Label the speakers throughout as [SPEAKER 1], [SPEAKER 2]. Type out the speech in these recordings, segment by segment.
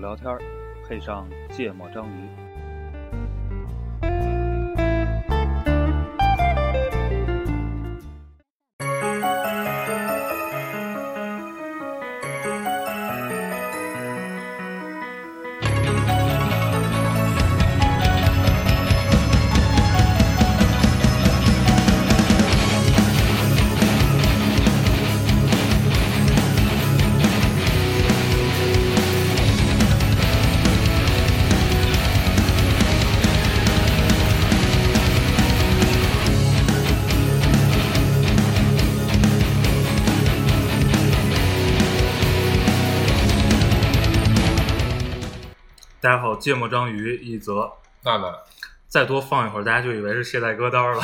[SPEAKER 1] 聊天儿，配上芥末章鱼。
[SPEAKER 2] 大家好，芥末章鱼一则，
[SPEAKER 3] 娜娜，
[SPEAKER 2] 再多放一会儿，大家就以为是懈怠歌单 了。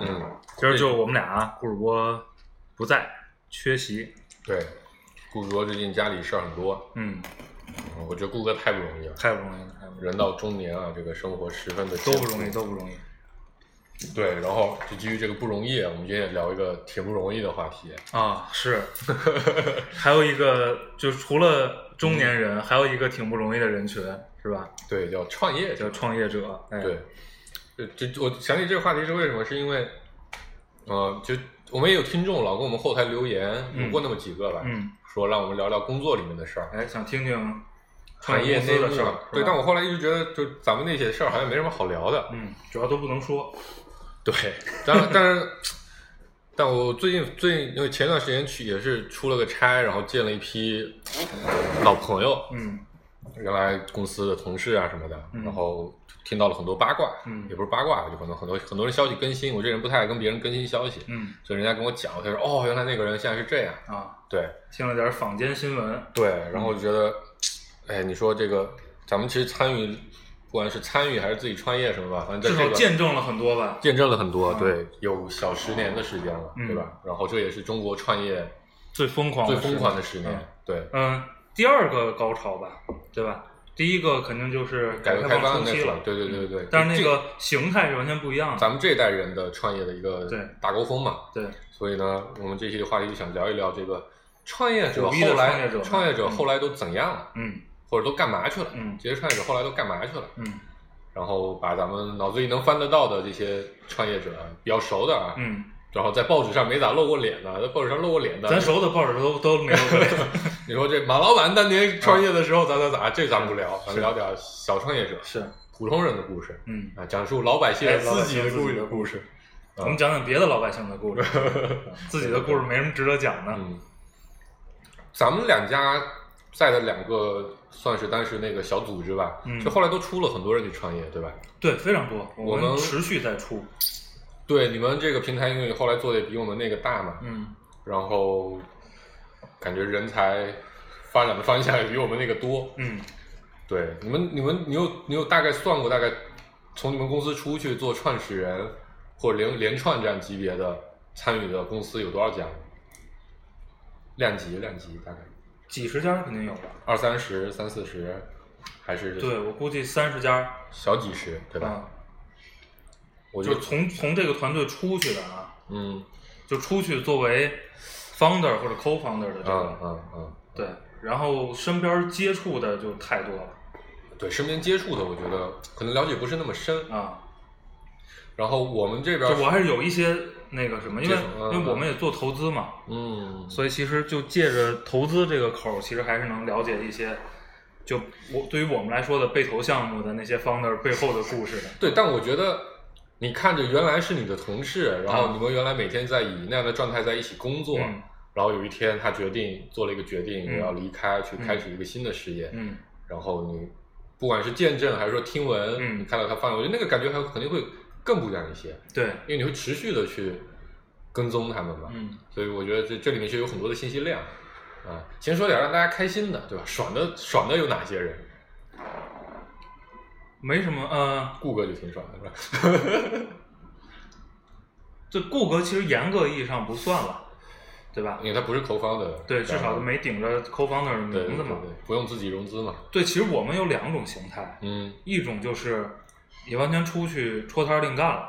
[SPEAKER 3] 嗯，
[SPEAKER 2] 今儿就我们俩啊，顾主播不在，缺席。
[SPEAKER 3] 对，顾主播最近家里事儿很多，
[SPEAKER 2] 嗯，
[SPEAKER 3] 我觉得顾哥太不容易了。
[SPEAKER 2] 太不容易了，太不容易了，
[SPEAKER 3] 人到中年啊，这个生活十分的
[SPEAKER 2] 都不容易，都不容易。
[SPEAKER 3] 易。对，然后就基于这个不容易，我们今天也聊一个挺不容易的话题。
[SPEAKER 2] 啊，是，还有一个就除了中年人，还有一个挺不容易的人群，是吧？
[SPEAKER 3] 对，叫创业者
[SPEAKER 2] 叫。创业者。哎、
[SPEAKER 3] 对，，呃这这我想起这个话题是为什么？是因为，呃，就我们也有听众老跟我们后台留言，
[SPEAKER 2] 嗯
[SPEAKER 3] 有过那么几个吧，
[SPEAKER 2] 嗯，
[SPEAKER 3] 说让我们聊聊工作里面的事儿。
[SPEAKER 2] 哎，想听听创
[SPEAKER 3] 产业
[SPEAKER 2] 业公
[SPEAKER 3] 内
[SPEAKER 2] 司
[SPEAKER 3] 幕
[SPEAKER 2] 的事儿
[SPEAKER 3] 啊，对，
[SPEAKER 2] 是吧
[SPEAKER 3] 但我后来一直觉得，就咱们那些事儿好像没什么好聊的。
[SPEAKER 2] 嗯，主要都不能说。
[SPEAKER 3] 对，但但是，但我最近最近因为前段时间去也是出了个差，然后见了一批老朋友，
[SPEAKER 2] 嗯
[SPEAKER 3] 原来公司的同事啊什么的，
[SPEAKER 2] 嗯
[SPEAKER 3] 然后听到了很多八卦，
[SPEAKER 2] 嗯
[SPEAKER 3] 也不是八卦啊吧，就可能很多很多人消息更新，我这人不太爱跟别人更新消息，
[SPEAKER 2] 嗯
[SPEAKER 3] 所以人家跟我讲，他说哦，原来那个人现在是这样，
[SPEAKER 2] 啊，
[SPEAKER 3] 对
[SPEAKER 2] 听了点坊间新闻。
[SPEAKER 3] 对，然后我就觉得，哎，你说这个咱们其实参与，不管是参与还是自己创业什么吧，反正在
[SPEAKER 2] 至
[SPEAKER 3] 这
[SPEAKER 2] 少
[SPEAKER 3] 个
[SPEAKER 2] 见证了很多吧。
[SPEAKER 3] 见证了很多，
[SPEAKER 2] 嗯
[SPEAKER 3] 对，有小十年的时间了，
[SPEAKER 2] 嗯
[SPEAKER 3] 对吧？然后这也是中国创业
[SPEAKER 2] 最疯狂的
[SPEAKER 3] 最
[SPEAKER 2] 时
[SPEAKER 3] 疯
[SPEAKER 2] 代
[SPEAKER 3] 狂的十年，
[SPEAKER 2] 嗯
[SPEAKER 3] 对，
[SPEAKER 2] 嗯，第二个高潮吧，对吧？第一个肯定就是
[SPEAKER 3] 改革
[SPEAKER 2] 革
[SPEAKER 3] 开
[SPEAKER 2] 开
[SPEAKER 3] 放
[SPEAKER 2] 初
[SPEAKER 3] 那
[SPEAKER 2] 期
[SPEAKER 3] 会
[SPEAKER 2] 了嗯
[SPEAKER 3] 儿，，对对对对对。
[SPEAKER 2] 但是那
[SPEAKER 3] 这
[SPEAKER 2] 个形态是完全不一样的。
[SPEAKER 3] 咱们这一代人的创业的一个
[SPEAKER 2] 对
[SPEAKER 3] 大高峰嘛，
[SPEAKER 2] 对，
[SPEAKER 3] 所以呢，我们这期的话题就想聊一聊这个创业者
[SPEAKER 2] 苦逼的
[SPEAKER 3] 后
[SPEAKER 2] 创业
[SPEAKER 3] 来
[SPEAKER 2] 者
[SPEAKER 3] 创业者
[SPEAKER 2] 嗯
[SPEAKER 3] 后来都怎样了，
[SPEAKER 2] 嗯
[SPEAKER 3] 或者都干嘛去了？
[SPEAKER 2] 嗯
[SPEAKER 3] 这些创业者后来都干嘛去了？
[SPEAKER 2] 嗯
[SPEAKER 3] 然后把咱们脑子里能翻得到的这些创业者比较熟的啊，
[SPEAKER 2] 嗯，
[SPEAKER 3] 然后在报纸上没咋露过脸的，在报纸上露过脸的，
[SPEAKER 2] 咱熟的报纸都都没有过来。
[SPEAKER 3] 你说这马老板当年创业的时候咋咋咋，这咱不聊，咱们聊点小创业者、
[SPEAKER 2] 是，
[SPEAKER 3] 普通人的故事
[SPEAKER 2] 嗯，
[SPEAKER 3] 啊，讲述老百姓
[SPEAKER 2] 哎
[SPEAKER 3] 自己
[SPEAKER 2] 老百
[SPEAKER 3] 的
[SPEAKER 2] 姓
[SPEAKER 3] 故
[SPEAKER 2] 自己
[SPEAKER 3] 事
[SPEAKER 2] 的故
[SPEAKER 3] 事。
[SPEAKER 2] 我们讲讲别的老百姓的 故事，自己的故事没什么值得讲的。
[SPEAKER 3] 嗯，咱们两家在的两个算是当时那个小组织吧
[SPEAKER 2] 嗯，
[SPEAKER 3] 就后来都出了很多人去创业，对吧？
[SPEAKER 2] 对，非常多，我
[SPEAKER 3] 我们
[SPEAKER 2] 持续在出。
[SPEAKER 3] 对，你们这个平台因为后来做的也比我们那个大嘛，
[SPEAKER 2] 嗯，
[SPEAKER 3] 然后感觉人才发展的方向也比我们那个多，
[SPEAKER 2] 嗯，
[SPEAKER 3] 对，你们你们你有你有大概算过大概从你们公司出去做创始人或者联联创这样级别的参与的公司有多少家吗？量级量级大概
[SPEAKER 2] 几十家肯定有吧？
[SPEAKER 3] 二三十、三四十，还是
[SPEAKER 2] 对，我估计三十家
[SPEAKER 3] 小几十，对吧？
[SPEAKER 2] 啊，
[SPEAKER 3] 我
[SPEAKER 2] 就
[SPEAKER 3] 就是
[SPEAKER 2] 从从这个团队出去的啊，
[SPEAKER 3] 嗯
[SPEAKER 2] 就出去作为 founder 或者 co-founder 的这
[SPEAKER 3] 嗯
[SPEAKER 2] 个，
[SPEAKER 3] 嗯嗯，
[SPEAKER 2] 对，然后身边接触的就太多了
[SPEAKER 3] 嗯对，身边接触的我觉得可能了解不是那么深，
[SPEAKER 2] 啊。
[SPEAKER 3] 然后我们这边
[SPEAKER 2] 就我还是有一些那个什么，因为
[SPEAKER 3] 接触嗯
[SPEAKER 2] 因为我们也做投资嘛，
[SPEAKER 3] 嗯
[SPEAKER 2] 所以其实就借着投资这个口儿，其实还是能了解一些，就我对于我们来说的被投项目的那些 founder 背后的故事 的。
[SPEAKER 3] 对，但我觉得你看着原来是你的同事，然后你们原来每天在以那样的状态在一起工作，
[SPEAKER 2] 嗯
[SPEAKER 3] 然后有一天他决定做了一个决定，
[SPEAKER 2] 嗯
[SPEAKER 3] 我要离开，去
[SPEAKER 2] 嗯
[SPEAKER 3] 开始一个新的事业，
[SPEAKER 2] 嗯，
[SPEAKER 3] 然后你不管是见证还是说听闻，
[SPEAKER 2] 嗯
[SPEAKER 3] 你看到他放，我觉得那个感觉还肯定会更不一样一些，
[SPEAKER 2] 对，
[SPEAKER 3] 因为你会持续的去跟踪他们嘛，
[SPEAKER 2] 嗯
[SPEAKER 3] 所以我觉得这这里面是有很多的信息量。啊，先说点让大家开心的，对吧？爽的爽的有哪些人？
[SPEAKER 2] 没什么，呃，
[SPEAKER 3] 顾哥就挺爽的，是吧？
[SPEAKER 2] 这顾哥其实严格意义上不算了，对吧
[SPEAKER 3] 因？为他不是投方的，
[SPEAKER 2] 对，至少没顶着 co-founder 的
[SPEAKER 3] 对对
[SPEAKER 2] 名字
[SPEAKER 3] 对
[SPEAKER 2] 嘛。
[SPEAKER 3] 对，不用自己融资嘛。
[SPEAKER 2] 对，其实我们有两种形态，
[SPEAKER 3] 嗯，
[SPEAKER 2] 一种就是也完全出去戳摊儿另干了，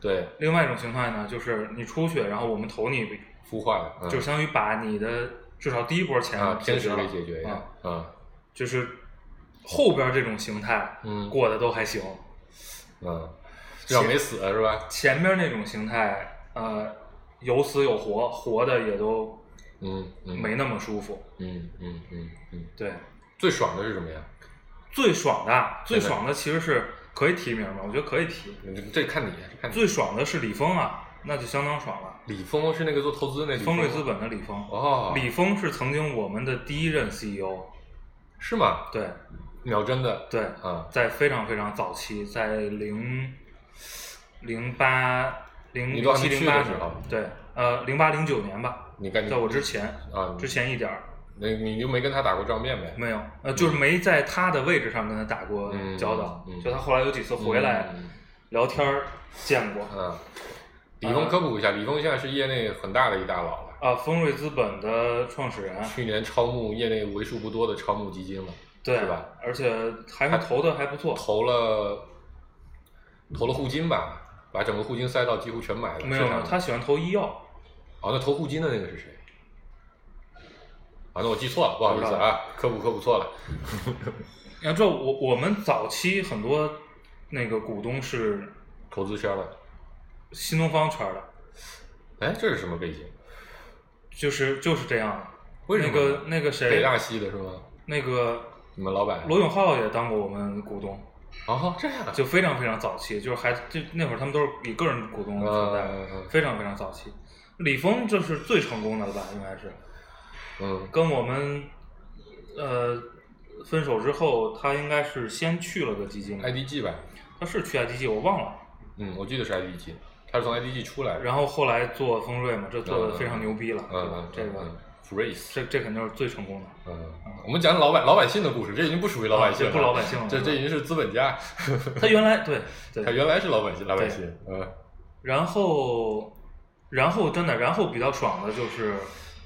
[SPEAKER 3] 对，
[SPEAKER 2] 另外一种形态呢，就是你出去，然后我们投你一笔，
[SPEAKER 3] 孵化的，嗯、
[SPEAKER 2] 就相当于把你的至少第一波钱
[SPEAKER 3] 啊，天
[SPEAKER 2] 解
[SPEAKER 3] 使
[SPEAKER 2] 决了
[SPEAKER 3] 给解决呀
[SPEAKER 2] 啊，
[SPEAKER 3] 啊，
[SPEAKER 2] 就是后边这种形态
[SPEAKER 3] 嗯
[SPEAKER 2] 过得都还行，
[SPEAKER 3] 嗯，至少没死是吧？
[SPEAKER 2] 前面那种形态呃有死有活，活的也都
[SPEAKER 3] 嗯嗯，
[SPEAKER 2] 没那么舒服。
[SPEAKER 3] 嗯嗯嗯嗯，
[SPEAKER 2] 对，
[SPEAKER 3] 最爽的是什么呀？
[SPEAKER 2] 最爽的最
[SPEAKER 3] 对
[SPEAKER 2] 爽的其实是可以提名吗？我觉得可以提。
[SPEAKER 3] 这看你，看你。
[SPEAKER 2] 最爽的是李峰啊，那就相当爽了。
[SPEAKER 3] 李峰是那个做投资的那李
[SPEAKER 2] 丰
[SPEAKER 3] 峰
[SPEAKER 2] 瑞
[SPEAKER 3] 吗
[SPEAKER 2] 资本的李峰，
[SPEAKER 3] 哦，
[SPEAKER 2] 李峰是曾经我们的第一任 CEO，
[SPEAKER 3] 是吗？
[SPEAKER 2] 对
[SPEAKER 3] 秒针的
[SPEAKER 2] 对，
[SPEAKER 3] 啊，
[SPEAKER 2] 在非常非常早期，在零零八零
[SPEAKER 3] 你
[SPEAKER 2] 零
[SPEAKER 3] 都还
[SPEAKER 2] 七
[SPEAKER 3] 没去
[SPEAKER 2] 零
[SPEAKER 3] 的
[SPEAKER 2] 八
[SPEAKER 3] 时候
[SPEAKER 2] 对，呃，零八零九年吧，
[SPEAKER 3] 你赶紧
[SPEAKER 2] 在我之前
[SPEAKER 3] 啊，
[SPEAKER 2] 之前一点儿
[SPEAKER 3] 那你就没跟他打过照面呗？
[SPEAKER 2] 没有，呃，就是没在他的位置上跟他打过
[SPEAKER 3] 嗯
[SPEAKER 2] 交道，
[SPEAKER 3] 嗯
[SPEAKER 2] 就他后来有几次回来
[SPEAKER 3] 嗯
[SPEAKER 2] 聊天儿见过。
[SPEAKER 3] 嗯，李峰科普一下，李峰现在是业内很大的一大佬了，
[SPEAKER 2] 啊，丰瑞资本的创始人，
[SPEAKER 3] 去年超募业内为数不多的超募基金了，
[SPEAKER 2] 对
[SPEAKER 3] 是吧？
[SPEAKER 2] 而且还是投的还不错，
[SPEAKER 3] 投了投了互金吧，把整个互金赛道几乎全买了。
[SPEAKER 2] 没有
[SPEAKER 3] 是
[SPEAKER 2] 没有，
[SPEAKER 3] 吗
[SPEAKER 2] 他喜欢投医药，
[SPEAKER 3] 哦，那投互金的那个是谁？啊，那我记错了，不好意
[SPEAKER 2] 不知
[SPEAKER 3] 思
[SPEAKER 2] 道
[SPEAKER 3] 啊，科普科普错了。
[SPEAKER 2] 你要知道，我我们早期很多那个股东是
[SPEAKER 3] 投资圈了，
[SPEAKER 2] 新东方圈儿的，
[SPEAKER 3] 哎，这是什么背景？
[SPEAKER 2] 就是就是这样的。
[SPEAKER 3] 为什么
[SPEAKER 2] 那个那个谁
[SPEAKER 3] 北，大系的是吗？
[SPEAKER 2] 那个
[SPEAKER 3] 你们老板？
[SPEAKER 2] 罗永浩也当过我们股东，
[SPEAKER 3] 哦，这样啊，
[SPEAKER 2] 就非常非常早期，就是还就那会儿他们都是以个人股东存在，
[SPEAKER 3] 嗯嗯
[SPEAKER 2] 非常非常早期。李峰这是最成功的了吧，应该是
[SPEAKER 3] 嗯
[SPEAKER 2] 跟我们呃分手之后，他应该是先去了个基金，
[SPEAKER 3] ，IDG 吧，
[SPEAKER 2] 他是去 IDG 我忘了，
[SPEAKER 3] 嗯，我记得是 IDG，他是从 IDG 出来的。
[SPEAKER 2] 然后后来做丰瑞嘛，这做的非常牛逼了，对吧
[SPEAKER 3] 嗯，？
[SPEAKER 2] 这个。
[SPEAKER 3] phrase，
[SPEAKER 2] 这这肯定是最成功的，
[SPEAKER 3] 嗯，我们讲老百老百姓的故事，这已经不属于老百姓
[SPEAKER 2] 啊这
[SPEAKER 3] 了，
[SPEAKER 2] 不老百姓了。
[SPEAKER 3] 这这已经是资本家，
[SPEAKER 2] 他原来对
[SPEAKER 3] 他
[SPEAKER 2] 对，
[SPEAKER 3] 原来是老百姓，老百姓，嗯
[SPEAKER 2] 然后然后真的，然后比较爽的就是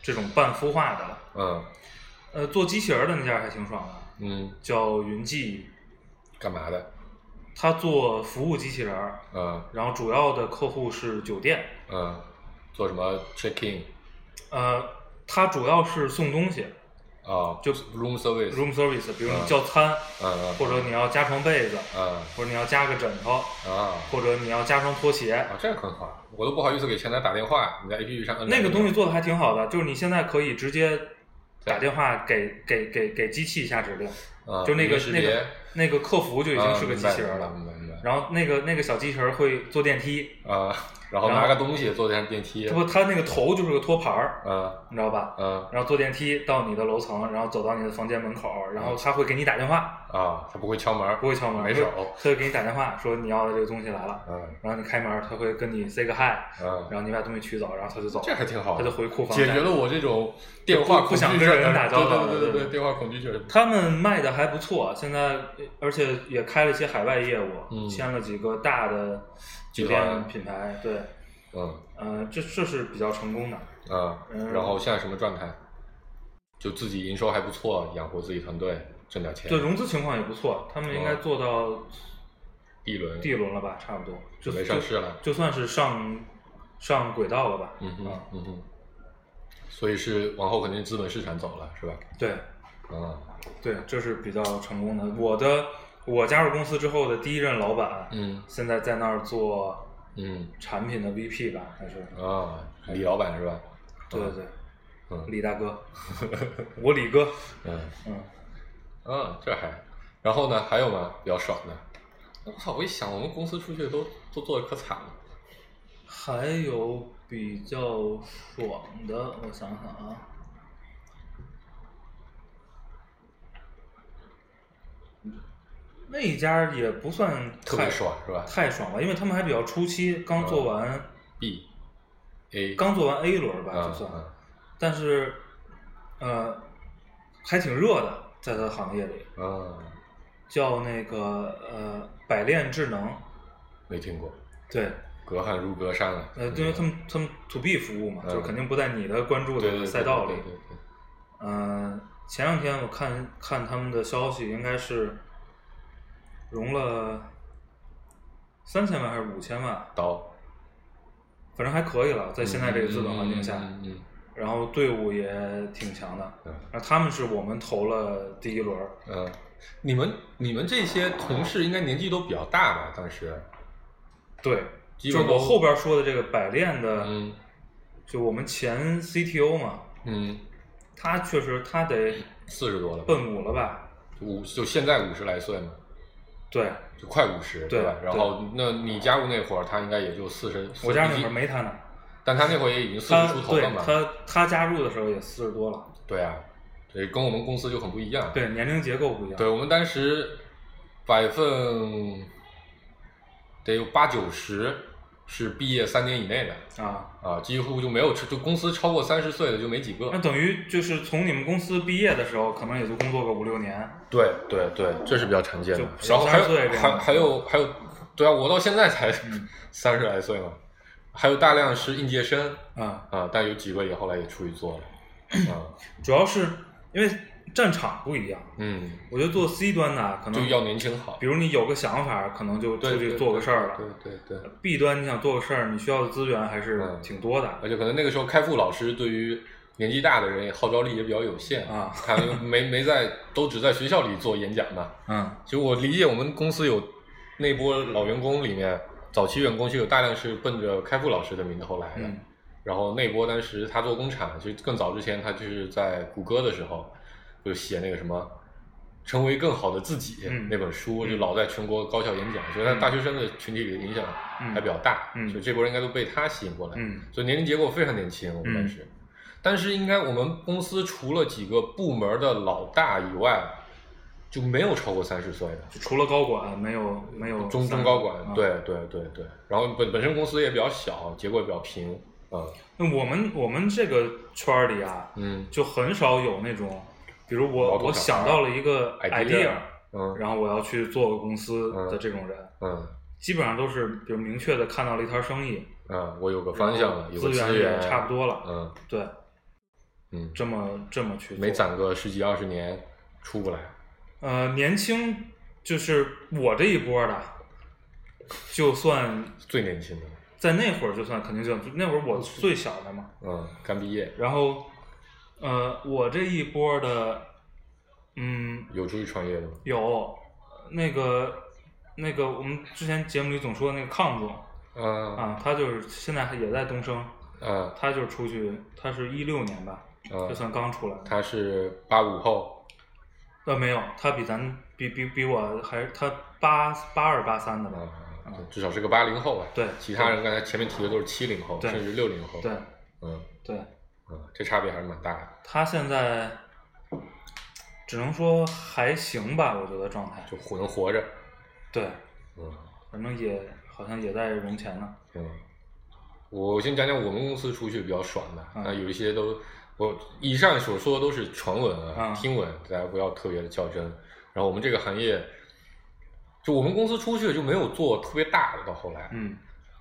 [SPEAKER 2] 这种半孵化的了。
[SPEAKER 3] 嗯
[SPEAKER 2] 呃，做机器人的那家还挺爽的，
[SPEAKER 3] 嗯，
[SPEAKER 2] 叫云记，
[SPEAKER 3] 干嘛的？
[SPEAKER 2] 他做服务机器人儿，
[SPEAKER 3] 嗯
[SPEAKER 2] 然后主要的客户是酒店，
[SPEAKER 3] 嗯，做什么 check in
[SPEAKER 2] 呃，他主要是送东西
[SPEAKER 3] 啊？
[SPEAKER 2] 就
[SPEAKER 3] room service，
[SPEAKER 2] ，room service，比如你
[SPEAKER 3] 嗯
[SPEAKER 2] 叫餐，
[SPEAKER 3] 嗯
[SPEAKER 2] 或者你要加床被子，
[SPEAKER 3] 嗯
[SPEAKER 2] 或者你要加个枕头，
[SPEAKER 3] 嗯啊
[SPEAKER 2] 或者你要加双拖鞋，
[SPEAKER 3] 啊，这很好，我都不好意思给前台打电话，你在 APP 上摁
[SPEAKER 2] 那个东西做的还挺好的，就是你现在可以直接打电话给给给给机器下指令，
[SPEAKER 3] 啊，
[SPEAKER 2] 就那个
[SPEAKER 3] 语音识
[SPEAKER 2] 那
[SPEAKER 3] 别
[SPEAKER 2] 个那个客服就已经是个机器人
[SPEAKER 3] 啊
[SPEAKER 2] 了。
[SPEAKER 3] 明白明白明白
[SPEAKER 2] 然后那个那个小机器人会坐电梯，
[SPEAKER 3] 啊，然后
[SPEAKER 2] 然后
[SPEAKER 3] 拿个东西坐电电梯
[SPEAKER 2] 它，不它那个头就是个托盘儿，
[SPEAKER 3] 嗯
[SPEAKER 2] 你知道吧？
[SPEAKER 3] 嗯
[SPEAKER 2] 然后坐电梯到你的楼层，然后走到你的房间门口，然后他会给你打电话，
[SPEAKER 3] 啊，他不会敲门，
[SPEAKER 2] 不会敲门，
[SPEAKER 3] 嗯没手，
[SPEAKER 2] 他会给你打电话说你要的这个东西来了，
[SPEAKER 3] 嗯
[SPEAKER 2] 然后你开门，他会跟你 say 个 hi，
[SPEAKER 3] 嗯。
[SPEAKER 2] 然后你把东西取走，然后他就走，
[SPEAKER 3] 这还挺好的，
[SPEAKER 2] 他就回库房
[SPEAKER 3] 解
[SPEAKER 2] 待
[SPEAKER 3] 决
[SPEAKER 2] 着
[SPEAKER 3] 了我这种电话
[SPEAKER 2] 不
[SPEAKER 3] 恐
[SPEAKER 2] 不想
[SPEAKER 3] 惧
[SPEAKER 2] 跟
[SPEAKER 3] 症
[SPEAKER 2] 人打交道了
[SPEAKER 3] 对对对
[SPEAKER 2] 对
[SPEAKER 3] 对，
[SPEAKER 2] 对
[SPEAKER 3] 电话恐惧症。
[SPEAKER 2] 他们卖的还不错，现在而且也开了一些海外业务，
[SPEAKER 3] 嗯
[SPEAKER 2] 签了几个大的酒
[SPEAKER 3] 集团
[SPEAKER 2] 店品牌，对，
[SPEAKER 3] 嗯
[SPEAKER 2] 呃，这这是比较成功的。
[SPEAKER 3] 啊，
[SPEAKER 2] 嗯
[SPEAKER 3] 然后现在什么状态？就自己营收还不错，养活自己团队，挣点钱。
[SPEAKER 2] 对融资情况也不错，他们应
[SPEAKER 3] 哦
[SPEAKER 2] 该做到
[SPEAKER 3] D 轮
[SPEAKER 2] D 轮了吧，差不多，就
[SPEAKER 3] 准备上市了
[SPEAKER 2] 就，就算是上上轨道了吧。
[SPEAKER 3] 嗯哼
[SPEAKER 2] 啊
[SPEAKER 3] 嗯哼，所以是往后肯定资本市场走了，是吧？
[SPEAKER 2] 对
[SPEAKER 3] 嗯
[SPEAKER 2] 对，这是比较成功的。我的我加入公司之后的第一任老板，
[SPEAKER 3] 嗯
[SPEAKER 2] 现在在那儿做
[SPEAKER 3] 嗯
[SPEAKER 2] 产品的 VP 吧，还是
[SPEAKER 3] 啊，李老板是吧？
[SPEAKER 2] 对对对，
[SPEAKER 3] 嗯
[SPEAKER 2] 李大 哥，我李哥，
[SPEAKER 3] 嗯
[SPEAKER 2] 嗯。
[SPEAKER 3] 嗯，这还，然后呢？还有吗？比较爽的？我操！我一想，我们公司出去都都做的可惨了。
[SPEAKER 2] 还有比较爽的，我想想啊，那一家也不算
[SPEAKER 3] 特别
[SPEAKER 2] 太
[SPEAKER 3] 爽是吧嗯
[SPEAKER 2] 太爽了，因为他们还比较初期，刚做完、
[SPEAKER 3] B A
[SPEAKER 2] 刚做完 A 轮吧，
[SPEAKER 3] 啊
[SPEAKER 2] 就算，
[SPEAKER 3] 啊
[SPEAKER 2] 但是呃，还挺热的，在他行业里
[SPEAKER 3] 啊，
[SPEAKER 2] 叫那个呃百炼智能，
[SPEAKER 3] 没听过，
[SPEAKER 2] 对，
[SPEAKER 3] 隔汉入隔山了。啊
[SPEAKER 2] 呃，因为他们他们 to B 服务嘛，就是
[SPEAKER 3] 嗯
[SPEAKER 2] 肯定不在你的关注
[SPEAKER 3] 对对
[SPEAKER 2] 的
[SPEAKER 3] 对
[SPEAKER 2] 赛道里
[SPEAKER 3] 对。对对，
[SPEAKER 2] 嗯，前两天我看看他们的消息，应该是融了三千万还是五千万，
[SPEAKER 3] 刀
[SPEAKER 2] 反正还可以了，在现在这个资本环境下，
[SPEAKER 3] 嗯嗯嗯嗯
[SPEAKER 2] 然后队伍也挺强的。
[SPEAKER 3] 嗯
[SPEAKER 2] 然后他们是我们投了第一轮儿，
[SPEAKER 3] 嗯，你们你们这些同事应该年纪都比较大吧？当时，
[SPEAKER 2] 对，
[SPEAKER 3] 基
[SPEAKER 2] 就是
[SPEAKER 3] 本都
[SPEAKER 2] 我后边说的这个百炼的，
[SPEAKER 3] 嗯
[SPEAKER 2] 就我们前 CTO 嘛，
[SPEAKER 3] 嗯，
[SPEAKER 2] 他确实他得
[SPEAKER 3] 四十多了吧，
[SPEAKER 2] 奔五了吧？
[SPEAKER 3] 五就现在五十来岁嘛，
[SPEAKER 2] 对，
[SPEAKER 3] 就快五十
[SPEAKER 2] 对
[SPEAKER 3] 吧？
[SPEAKER 2] 对
[SPEAKER 3] 然后那你加入那会儿，他应该也就四十，
[SPEAKER 2] 我家那
[SPEAKER 3] 已
[SPEAKER 2] 会儿
[SPEAKER 3] 经
[SPEAKER 2] 没他呢，
[SPEAKER 3] 但他那会儿也已经四
[SPEAKER 2] 他
[SPEAKER 3] 十出头
[SPEAKER 2] 对
[SPEAKER 3] 了嘛，
[SPEAKER 2] 他他加入的时候也四十多了，
[SPEAKER 3] 对啊，对，跟我们公司就很不一样。
[SPEAKER 2] 对，年龄结构不一样。
[SPEAKER 3] 对，我们当时百分得有八九十是毕业三年以内的
[SPEAKER 2] 啊，
[SPEAKER 3] 啊，几乎就没有就公司超过三十岁的就没几个
[SPEAKER 2] 那。等于就是从你们公司毕业的时候，可能也就工作个五六年。
[SPEAKER 3] 对对对，这是比较常见的
[SPEAKER 2] 就。
[SPEAKER 3] 然后还有
[SPEAKER 2] 30岁这嗯样
[SPEAKER 3] 还还有还有，对啊，我到现在才 三十来岁嘛，还有大量是应届生
[SPEAKER 2] 啊，
[SPEAKER 3] 啊，但有几个也后来也出去做了。啊，
[SPEAKER 2] 主要是因为战场不一样，
[SPEAKER 3] 嗯，
[SPEAKER 2] 我觉得做 C 端的可
[SPEAKER 3] 就
[SPEAKER 2] 能
[SPEAKER 3] 要年轻好
[SPEAKER 2] 比。如你有个想法，可能就
[SPEAKER 3] 对
[SPEAKER 2] 嗯出去
[SPEAKER 3] 对
[SPEAKER 2] 做个
[SPEAKER 3] 对
[SPEAKER 2] 事儿了。
[SPEAKER 3] 对对对。
[SPEAKER 2] B 端你想做个事儿，你需要的资源还是
[SPEAKER 3] 嗯
[SPEAKER 2] 挺多的。
[SPEAKER 3] 而且可能那个时候开复老师对于年纪大的人也号召力也比较有限
[SPEAKER 2] 啊
[SPEAKER 3] 他们没没在都只在学校里做演讲嘛。
[SPEAKER 2] 嗯
[SPEAKER 3] 其实我理解，我们公司有那波老员工里面，早期员工其实有大量是奔着开复老师的名头来的。
[SPEAKER 2] 嗯
[SPEAKER 3] 然后那波当时他做工厂，其实更早之前他就是在谷歌的时候，就写那个什么《成为更好的自己》
[SPEAKER 2] 嗯
[SPEAKER 3] 那本书，就老在全国高校演讲，所以他大学生的群体里的影响还比较大，
[SPEAKER 2] 嗯嗯
[SPEAKER 3] 所以这波人应该都被他吸引过来。
[SPEAKER 2] 嗯
[SPEAKER 3] 所以年龄结构非常年轻，我们当时。但是应该我们公司除了几个部门的老大以外，就没有超过三十岁的
[SPEAKER 2] 就除了高管，没有没有
[SPEAKER 3] 中
[SPEAKER 2] 哦三
[SPEAKER 3] 中
[SPEAKER 2] 个
[SPEAKER 3] 高管。。
[SPEAKER 2] 啊
[SPEAKER 3] 对对对对，然后本本身公司也比较小，结构也比较平。嗯
[SPEAKER 2] 那我们我们这个圈儿里啊，
[SPEAKER 3] 嗯
[SPEAKER 2] 就很少有那种，比如
[SPEAKER 3] 劳
[SPEAKER 2] 我
[SPEAKER 3] 动
[SPEAKER 2] 我
[SPEAKER 3] 小
[SPEAKER 2] 想
[SPEAKER 3] 孩
[SPEAKER 2] 到了一个
[SPEAKER 3] idea
[SPEAKER 2] idea，
[SPEAKER 3] 嗯
[SPEAKER 2] 然后我要去做个公司的这种人，
[SPEAKER 3] 嗯
[SPEAKER 2] 基本上都是比如明确的看到了一摊生意，
[SPEAKER 3] 嗯，我有个方向了，有
[SPEAKER 2] 资
[SPEAKER 3] 个
[SPEAKER 2] 源
[SPEAKER 3] 资
[SPEAKER 2] 也
[SPEAKER 3] 源，
[SPEAKER 2] 差不多了，
[SPEAKER 3] 嗯
[SPEAKER 2] 对，
[SPEAKER 3] 嗯，
[SPEAKER 2] 这么这么去做
[SPEAKER 3] 没攒个十几二十年出不来。
[SPEAKER 2] 呃，年轻就是我这一波的，就算
[SPEAKER 3] 最年轻的，
[SPEAKER 2] 在那会儿就算肯定就那会儿我最小的嘛，
[SPEAKER 3] 嗯，刚毕业
[SPEAKER 2] 然后呃，我这一波的，嗯，
[SPEAKER 3] 有出去创业的吗？
[SPEAKER 2] 有那个那个我们之前节目里总说的那个康总
[SPEAKER 3] 啊
[SPEAKER 2] 啊，他就是现在还也在东升，
[SPEAKER 3] 啊
[SPEAKER 2] 他就是出去，他是一六年吧，就
[SPEAKER 3] 啊！
[SPEAKER 2] 算刚出来，
[SPEAKER 3] 他是八五后，
[SPEAKER 2] 呃，没有，他比咱比比比我还他八八二八三的吧，
[SPEAKER 3] 啊，至少是个八零后吧。
[SPEAKER 2] 对
[SPEAKER 3] 其他人刚才前面提的都是七零后，
[SPEAKER 2] 对
[SPEAKER 3] 甚至六零后。
[SPEAKER 2] 对
[SPEAKER 3] 嗯，
[SPEAKER 2] 对，
[SPEAKER 3] 嗯，这差别还是蛮大的，
[SPEAKER 2] 他现在只能说还行吧，我觉得状态
[SPEAKER 3] 就活能活着。
[SPEAKER 2] 对，
[SPEAKER 3] 嗯
[SPEAKER 2] 反正也好像也在融钱呢，
[SPEAKER 3] 嗯，我先讲讲我们公司出去比较爽的，
[SPEAKER 2] 嗯
[SPEAKER 3] 那有一些都，我以上所说的都是传闻啊，
[SPEAKER 2] 嗯
[SPEAKER 3] 听闻，大家不要特别的较真。然后我们这个行业，就我们公司出去就没有做特别大的，到后来。
[SPEAKER 2] 嗯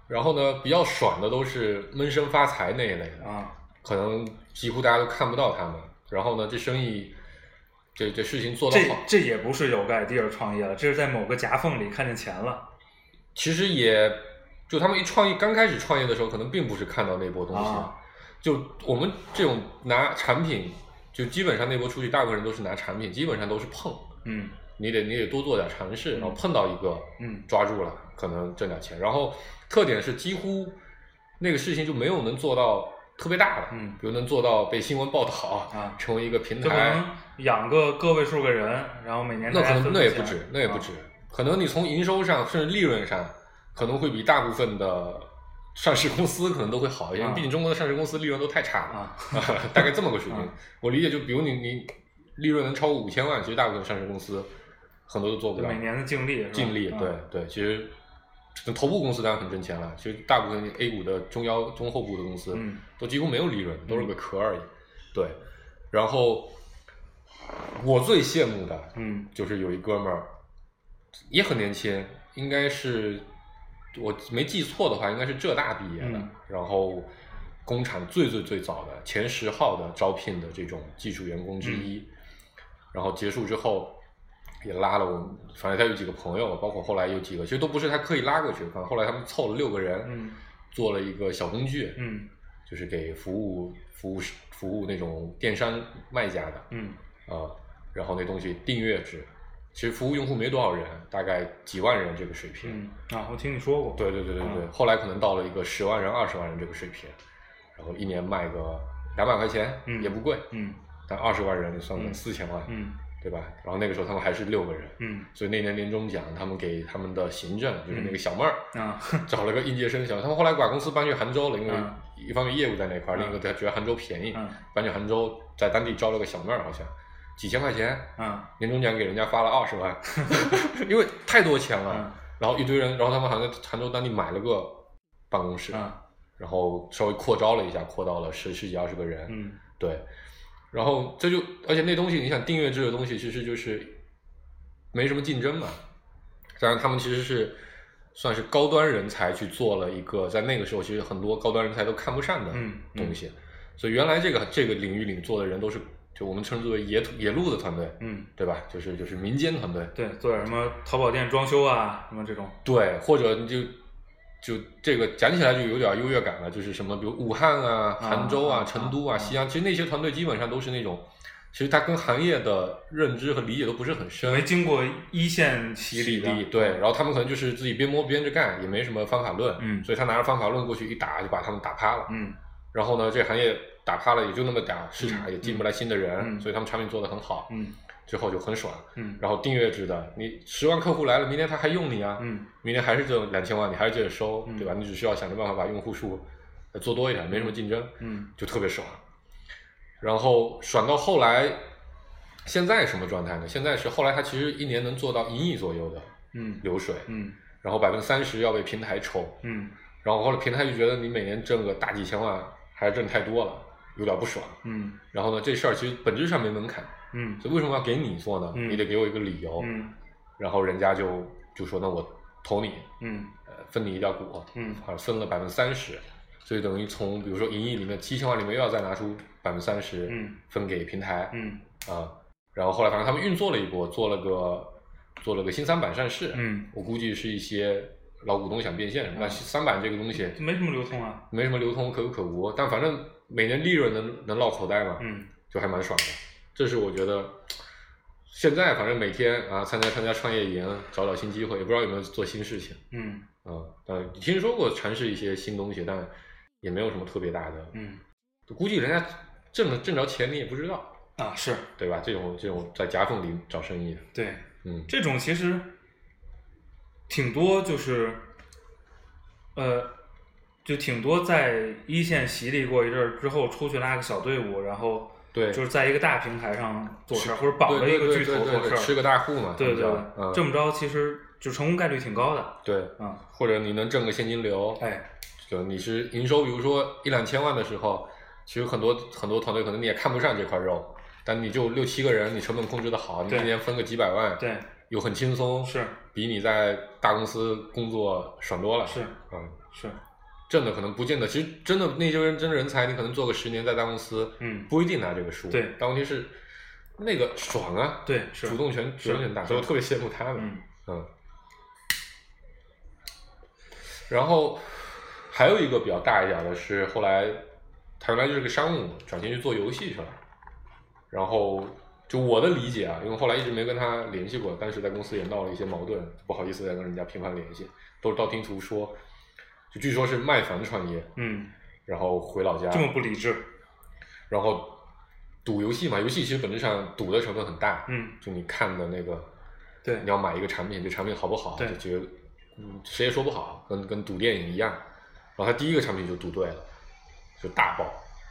[SPEAKER 3] 然后呢，比较爽的都是闷声发财那一类的。
[SPEAKER 2] 啊
[SPEAKER 3] 可能几乎大家都看不到他们。然后呢，这生意，这这事情做得
[SPEAKER 2] 这
[SPEAKER 3] 好，
[SPEAKER 2] 这也不是有个 idea 创业了，这是在某个夹缝里看见钱了
[SPEAKER 3] 其实也就他们一创业，刚开始创业的时候，可能并不是看到那波东西。
[SPEAKER 2] 啊
[SPEAKER 3] 就我们这种拿产品，就基本上那波出去，大部分人都是拿产品，基本上都是碰，
[SPEAKER 2] 嗯
[SPEAKER 3] 你得你得多做点尝试，
[SPEAKER 2] 嗯
[SPEAKER 3] 然后碰到一个，
[SPEAKER 2] 嗯
[SPEAKER 3] 抓住了，可能挣点钱。然后特点是几乎那个事情就没有能做到特别大的，
[SPEAKER 2] 嗯
[SPEAKER 3] 比如能做到被新闻报道
[SPEAKER 2] 啊
[SPEAKER 3] 成为一个平
[SPEAKER 2] 就可
[SPEAKER 3] 台，
[SPEAKER 2] 能养个个位数个人，然后每年
[SPEAKER 3] 那
[SPEAKER 2] 大
[SPEAKER 3] 可
[SPEAKER 2] 家
[SPEAKER 3] 能
[SPEAKER 2] 分
[SPEAKER 3] 那也
[SPEAKER 2] 分
[SPEAKER 3] 不
[SPEAKER 2] 钱啊
[SPEAKER 3] 止，那也不止，可能你从营收上甚至利润上，可能会比大部分的上市公司可能都会好一些，因
[SPEAKER 2] 啊
[SPEAKER 3] 为毕竟中国的上市公司利润都太差了，
[SPEAKER 2] 啊
[SPEAKER 3] 大概这么个水平
[SPEAKER 2] 啊。
[SPEAKER 3] 我理解，就比如你你利润能超过五千万，其实大部分上市公司很多都做
[SPEAKER 2] 啊，
[SPEAKER 3] 不
[SPEAKER 2] 就
[SPEAKER 3] 到。
[SPEAKER 2] 每年的净利是吧
[SPEAKER 3] 净利，
[SPEAKER 2] 啊
[SPEAKER 3] 对对，其实头部公司当然很挣钱了，其实大部分 A 股的中腰中后部的公司
[SPEAKER 2] 嗯
[SPEAKER 3] 都几乎没有利润，都是个壳而已。对，然后我最羡慕的
[SPEAKER 2] 嗯
[SPEAKER 3] 就是有一哥们儿也很年轻，应该是我没记错的话，应该是浙大毕业的，
[SPEAKER 2] 嗯
[SPEAKER 3] 然后工厂最最最早的前十号的招聘的这种技术员工之
[SPEAKER 2] 嗯
[SPEAKER 3] 一，然后结束之后。也拉了我们，反正他有几个朋友，包括后来有几个，其实都不是他刻意拉过去，反正后来他们凑了六个人，
[SPEAKER 2] 嗯
[SPEAKER 3] 做了一个小工具，
[SPEAKER 2] 嗯
[SPEAKER 3] 就是给服务服务服务那种电商卖家的，
[SPEAKER 2] 嗯
[SPEAKER 3] 啊，然后那东西订阅制，其实服务用户没多少人，大概几万人这个水平。
[SPEAKER 2] 嗯啊，我听你说过，，
[SPEAKER 3] 对对对对对，
[SPEAKER 2] 嗯
[SPEAKER 3] 后来可能到了一个十万人、二十万人这个水平，然后一年卖个两百块钱，
[SPEAKER 2] 嗯
[SPEAKER 3] 也不贵，
[SPEAKER 2] 嗯
[SPEAKER 3] 但二十万人你算算
[SPEAKER 2] 嗯
[SPEAKER 3] 四千万，
[SPEAKER 2] 嗯
[SPEAKER 3] 对吧？然后那个时候他们还是六个人，
[SPEAKER 2] 嗯
[SPEAKER 3] 所以那年年终奖他们给他们的行政就是那个小妹儿。
[SPEAKER 2] 啊，
[SPEAKER 3] 找了个应届生小妹，他们后来把公司搬去杭州了，因为
[SPEAKER 2] 嗯
[SPEAKER 3] 一方面业务在那块儿，
[SPEAKER 2] 嗯
[SPEAKER 3] 另一个他觉得杭州便宜，
[SPEAKER 2] 嗯
[SPEAKER 3] 搬去杭州，在当地招了个小妹儿，好像几千块钱，
[SPEAKER 2] 嗯
[SPEAKER 3] 年终奖给人家发了二十 万，因为太多钱了。
[SPEAKER 2] 嗯
[SPEAKER 3] 然后一堆人，然后他们好像在杭州当地买了个办公室，
[SPEAKER 2] 嗯
[SPEAKER 3] 然后稍微扩招了一下，扩到了十十几二十个人。
[SPEAKER 2] 嗯
[SPEAKER 3] 对，然后这就而且那东西，你想订阅制的东西，其实就是没什么竞争嘛。但是他们其实是算是高端人才去做了一个，在那个时候其实很多高端人才都看不上的
[SPEAKER 2] 嗯
[SPEAKER 3] 东西，所以原来这个之前这个领域里做的人都是就我们称之为野土野路的团队，
[SPEAKER 2] 嗯，
[SPEAKER 3] 对吧？就是就是民间团队，
[SPEAKER 2] 对，做点什么淘宝店装修啊，什么这种，
[SPEAKER 3] 对，或者你就就这个讲起来就有点优越感了，就是什么，比如武汉啊、杭州啊、
[SPEAKER 2] 啊
[SPEAKER 3] 成都啊、
[SPEAKER 2] 啊
[SPEAKER 3] 西安，其实那些团队基本上都是那种，其实他跟行业的认知和理解都不是很深，
[SPEAKER 2] 没经过一线洗
[SPEAKER 3] 洗
[SPEAKER 2] 礼的，
[SPEAKER 3] 礼，对，然后他们可能就是自己边摸边着干，也没什么方法论，
[SPEAKER 2] 嗯
[SPEAKER 3] 所以他拿着方法论过去一打，就把他们打趴了。
[SPEAKER 2] 嗯
[SPEAKER 3] 然后呢，这个行业打趴了也就那么点儿，市场
[SPEAKER 2] 嗯
[SPEAKER 3] 也进不来新的人，
[SPEAKER 2] 嗯
[SPEAKER 3] 所以他们产品做得很好，
[SPEAKER 2] 嗯
[SPEAKER 3] 最后就很爽。
[SPEAKER 2] 嗯
[SPEAKER 3] 然后订阅制的，你十万客户来了，明天他还用你啊，
[SPEAKER 2] 嗯
[SPEAKER 3] 明年还是这两千万，你还是接着收，
[SPEAKER 2] 嗯
[SPEAKER 3] 对吧？你只需要想着办法把用户数呃做多一点，没什么竞争，
[SPEAKER 2] 嗯
[SPEAKER 3] 就特别爽。然后爽到后来，现在什么状态呢？现在是后来它其实一年能做到一亿左右的
[SPEAKER 2] 嗯
[SPEAKER 3] 流水，
[SPEAKER 2] 嗯
[SPEAKER 3] 然后百分之三十要被平台抽，
[SPEAKER 2] 嗯
[SPEAKER 3] 然后后来平台就觉得你每年挣个大几千万还是挣太多了，有点不爽。
[SPEAKER 2] 嗯
[SPEAKER 3] 然后呢，这事儿其实本质上没门槛，
[SPEAKER 2] 嗯
[SPEAKER 3] 所以为什么要给你做呢？
[SPEAKER 2] 嗯
[SPEAKER 3] 你得给我一个理由，
[SPEAKER 2] 嗯
[SPEAKER 3] 然后人家就就说那我投你，
[SPEAKER 2] 嗯
[SPEAKER 3] 呃，分你一点股，
[SPEAKER 2] 嗯
[SPEAKER 3] 好像分了百分之三十，所以等于从比如说盈利里面七千万里面又要再拿出百分之三十，
[SPEAKER 2] 嗯，
[SPEAKER 3] 分给平台，
[SPEAKER 2] 嗯
[SPEAKER 3] 啊，然后后来反正他们运作了一波，做了个做了个新三板上市，
[SPEAKER 2] 嗯，
[SPEAKER 3] 我估计是一些老股东想变现什么，但是三板这个东西
[SPEAKER 2] 没什么流通啊，
[SPEAKER 3] 没什么流通可有可无，但反正每年利润能能落口袋嘛，
[SPEAKER 2] 嗯
[SPEAKER 3] 就还蛮爽的。这是我觉得现在反正每天啊参加参加创业营，找找新机会，也不知道有没有做新事情。
[SPEAKER 2] 嗯
[SPEAKER 3] 啊，呃，听说过尝试一些新东西，但也没有什么特别大的，
[SPEAKER 2] 嗯
[SPEAKER 3] 估计人家挣了挣着钱你也不知道，
[SPEAKER 2] 啊是
[SPEAKER 3] 对吧？这种这种在夹缝里找生意的，
[SPEAKER 2] 对，
[SPEAKER 3] 嗯
[SPEAKER 2] 这种其实挺多，就是呃，就挺多在一线洗礼过一阵儿之后，出去拉个小队伍，然后
[SPEAKER 3] 对
[SPEAKER 2] 就是在一个大平台上做事儿，或者绑了一
[SPEAKER 3] 对
[SPEAKER 2] 个
[SPEAKER 3] 对
[SPEAKER 2] 巨头
[SPEAKER 3] 对对
[SPEAKER 2] 做事
[SPEAKER 3] 对
[SPEAKER 2] 儿，
[SPEAKER 3] 吃个大嗯户嘛，
[SPEAKER 2] 对对
[SPEAKER 3] 对
[SPEAKER 2] 对，，这么着其实就成功概率挺高的
[SPEAKER 3] 对，
[SPEAKER 2] 啊。
[SPEAKER 3] 或者你能挣个现金流，，
[SPEAKER 2] 哎，
[SPEAKER 3] 就你是营收，比如说一两千万的时候，其实很多很多团队可能你也看不上这块肉，但你就六七个人，你成本控制的好，你
[SPEAKER 2] 对
[SPEAKER 3] 一年分个几百万，
[SPEAKER 2] 对，
[SPEAKER 3] 又很轻松，
[SPEAKER 2] 是
[SPEAKER 3] 比你在大公司工作爽多了，
[SPEAKER 2] 是
[SPEAKER 3] 嗯。
[SPEAKER 2] 是，
[SPEAKER 3] 挣的可能不见得，其实真的那些人真人才，你可能做个十年在大公司，
[SPEAKER 2] 嗯
[SPEAKER 3] 不一定拿这个数。
[SPEAKER 2] 对
[SPEAKER 3] 但问题是那个爽啊，
[SPEAKER 2] 对是
[SPEAKER 3] 主动权主动权大，所以我特别羡慕他们。
[SPEAKER 2] 嗯
[SPEAKER 3] 嗯然后还有一个比较大一点的是，后来他原来就是个商务，转型去做游戏去了。然后就我的理解啊，因为后来一直没跟他联系过，但是在公司也闹了一些矛盾，不好意思再跟人家频繁联系，都是道听途说。就据说是卖房创业，
[SPEAKER 2] 嗯，
[SPEAKER 3] 然后回老家，
[SPEAKER 2] 这么不理智，
[SPEAKER 3] 然后赌游戏嘛，游戏其实本质上赌的成分很大，
[SPEAKER 2] 嗯，
[SPEAKER 3] 就你看的那个，
[SPEAKER 2] 对
[SPEAKER 3] 你要买一个产品，这产品好不好，
[SPEAKER 2] 对
[SPEAKER 3] 就觉得嗯谁也说不好，跟跟赌电影一样。然后他第一个产品就赌对了，就大爆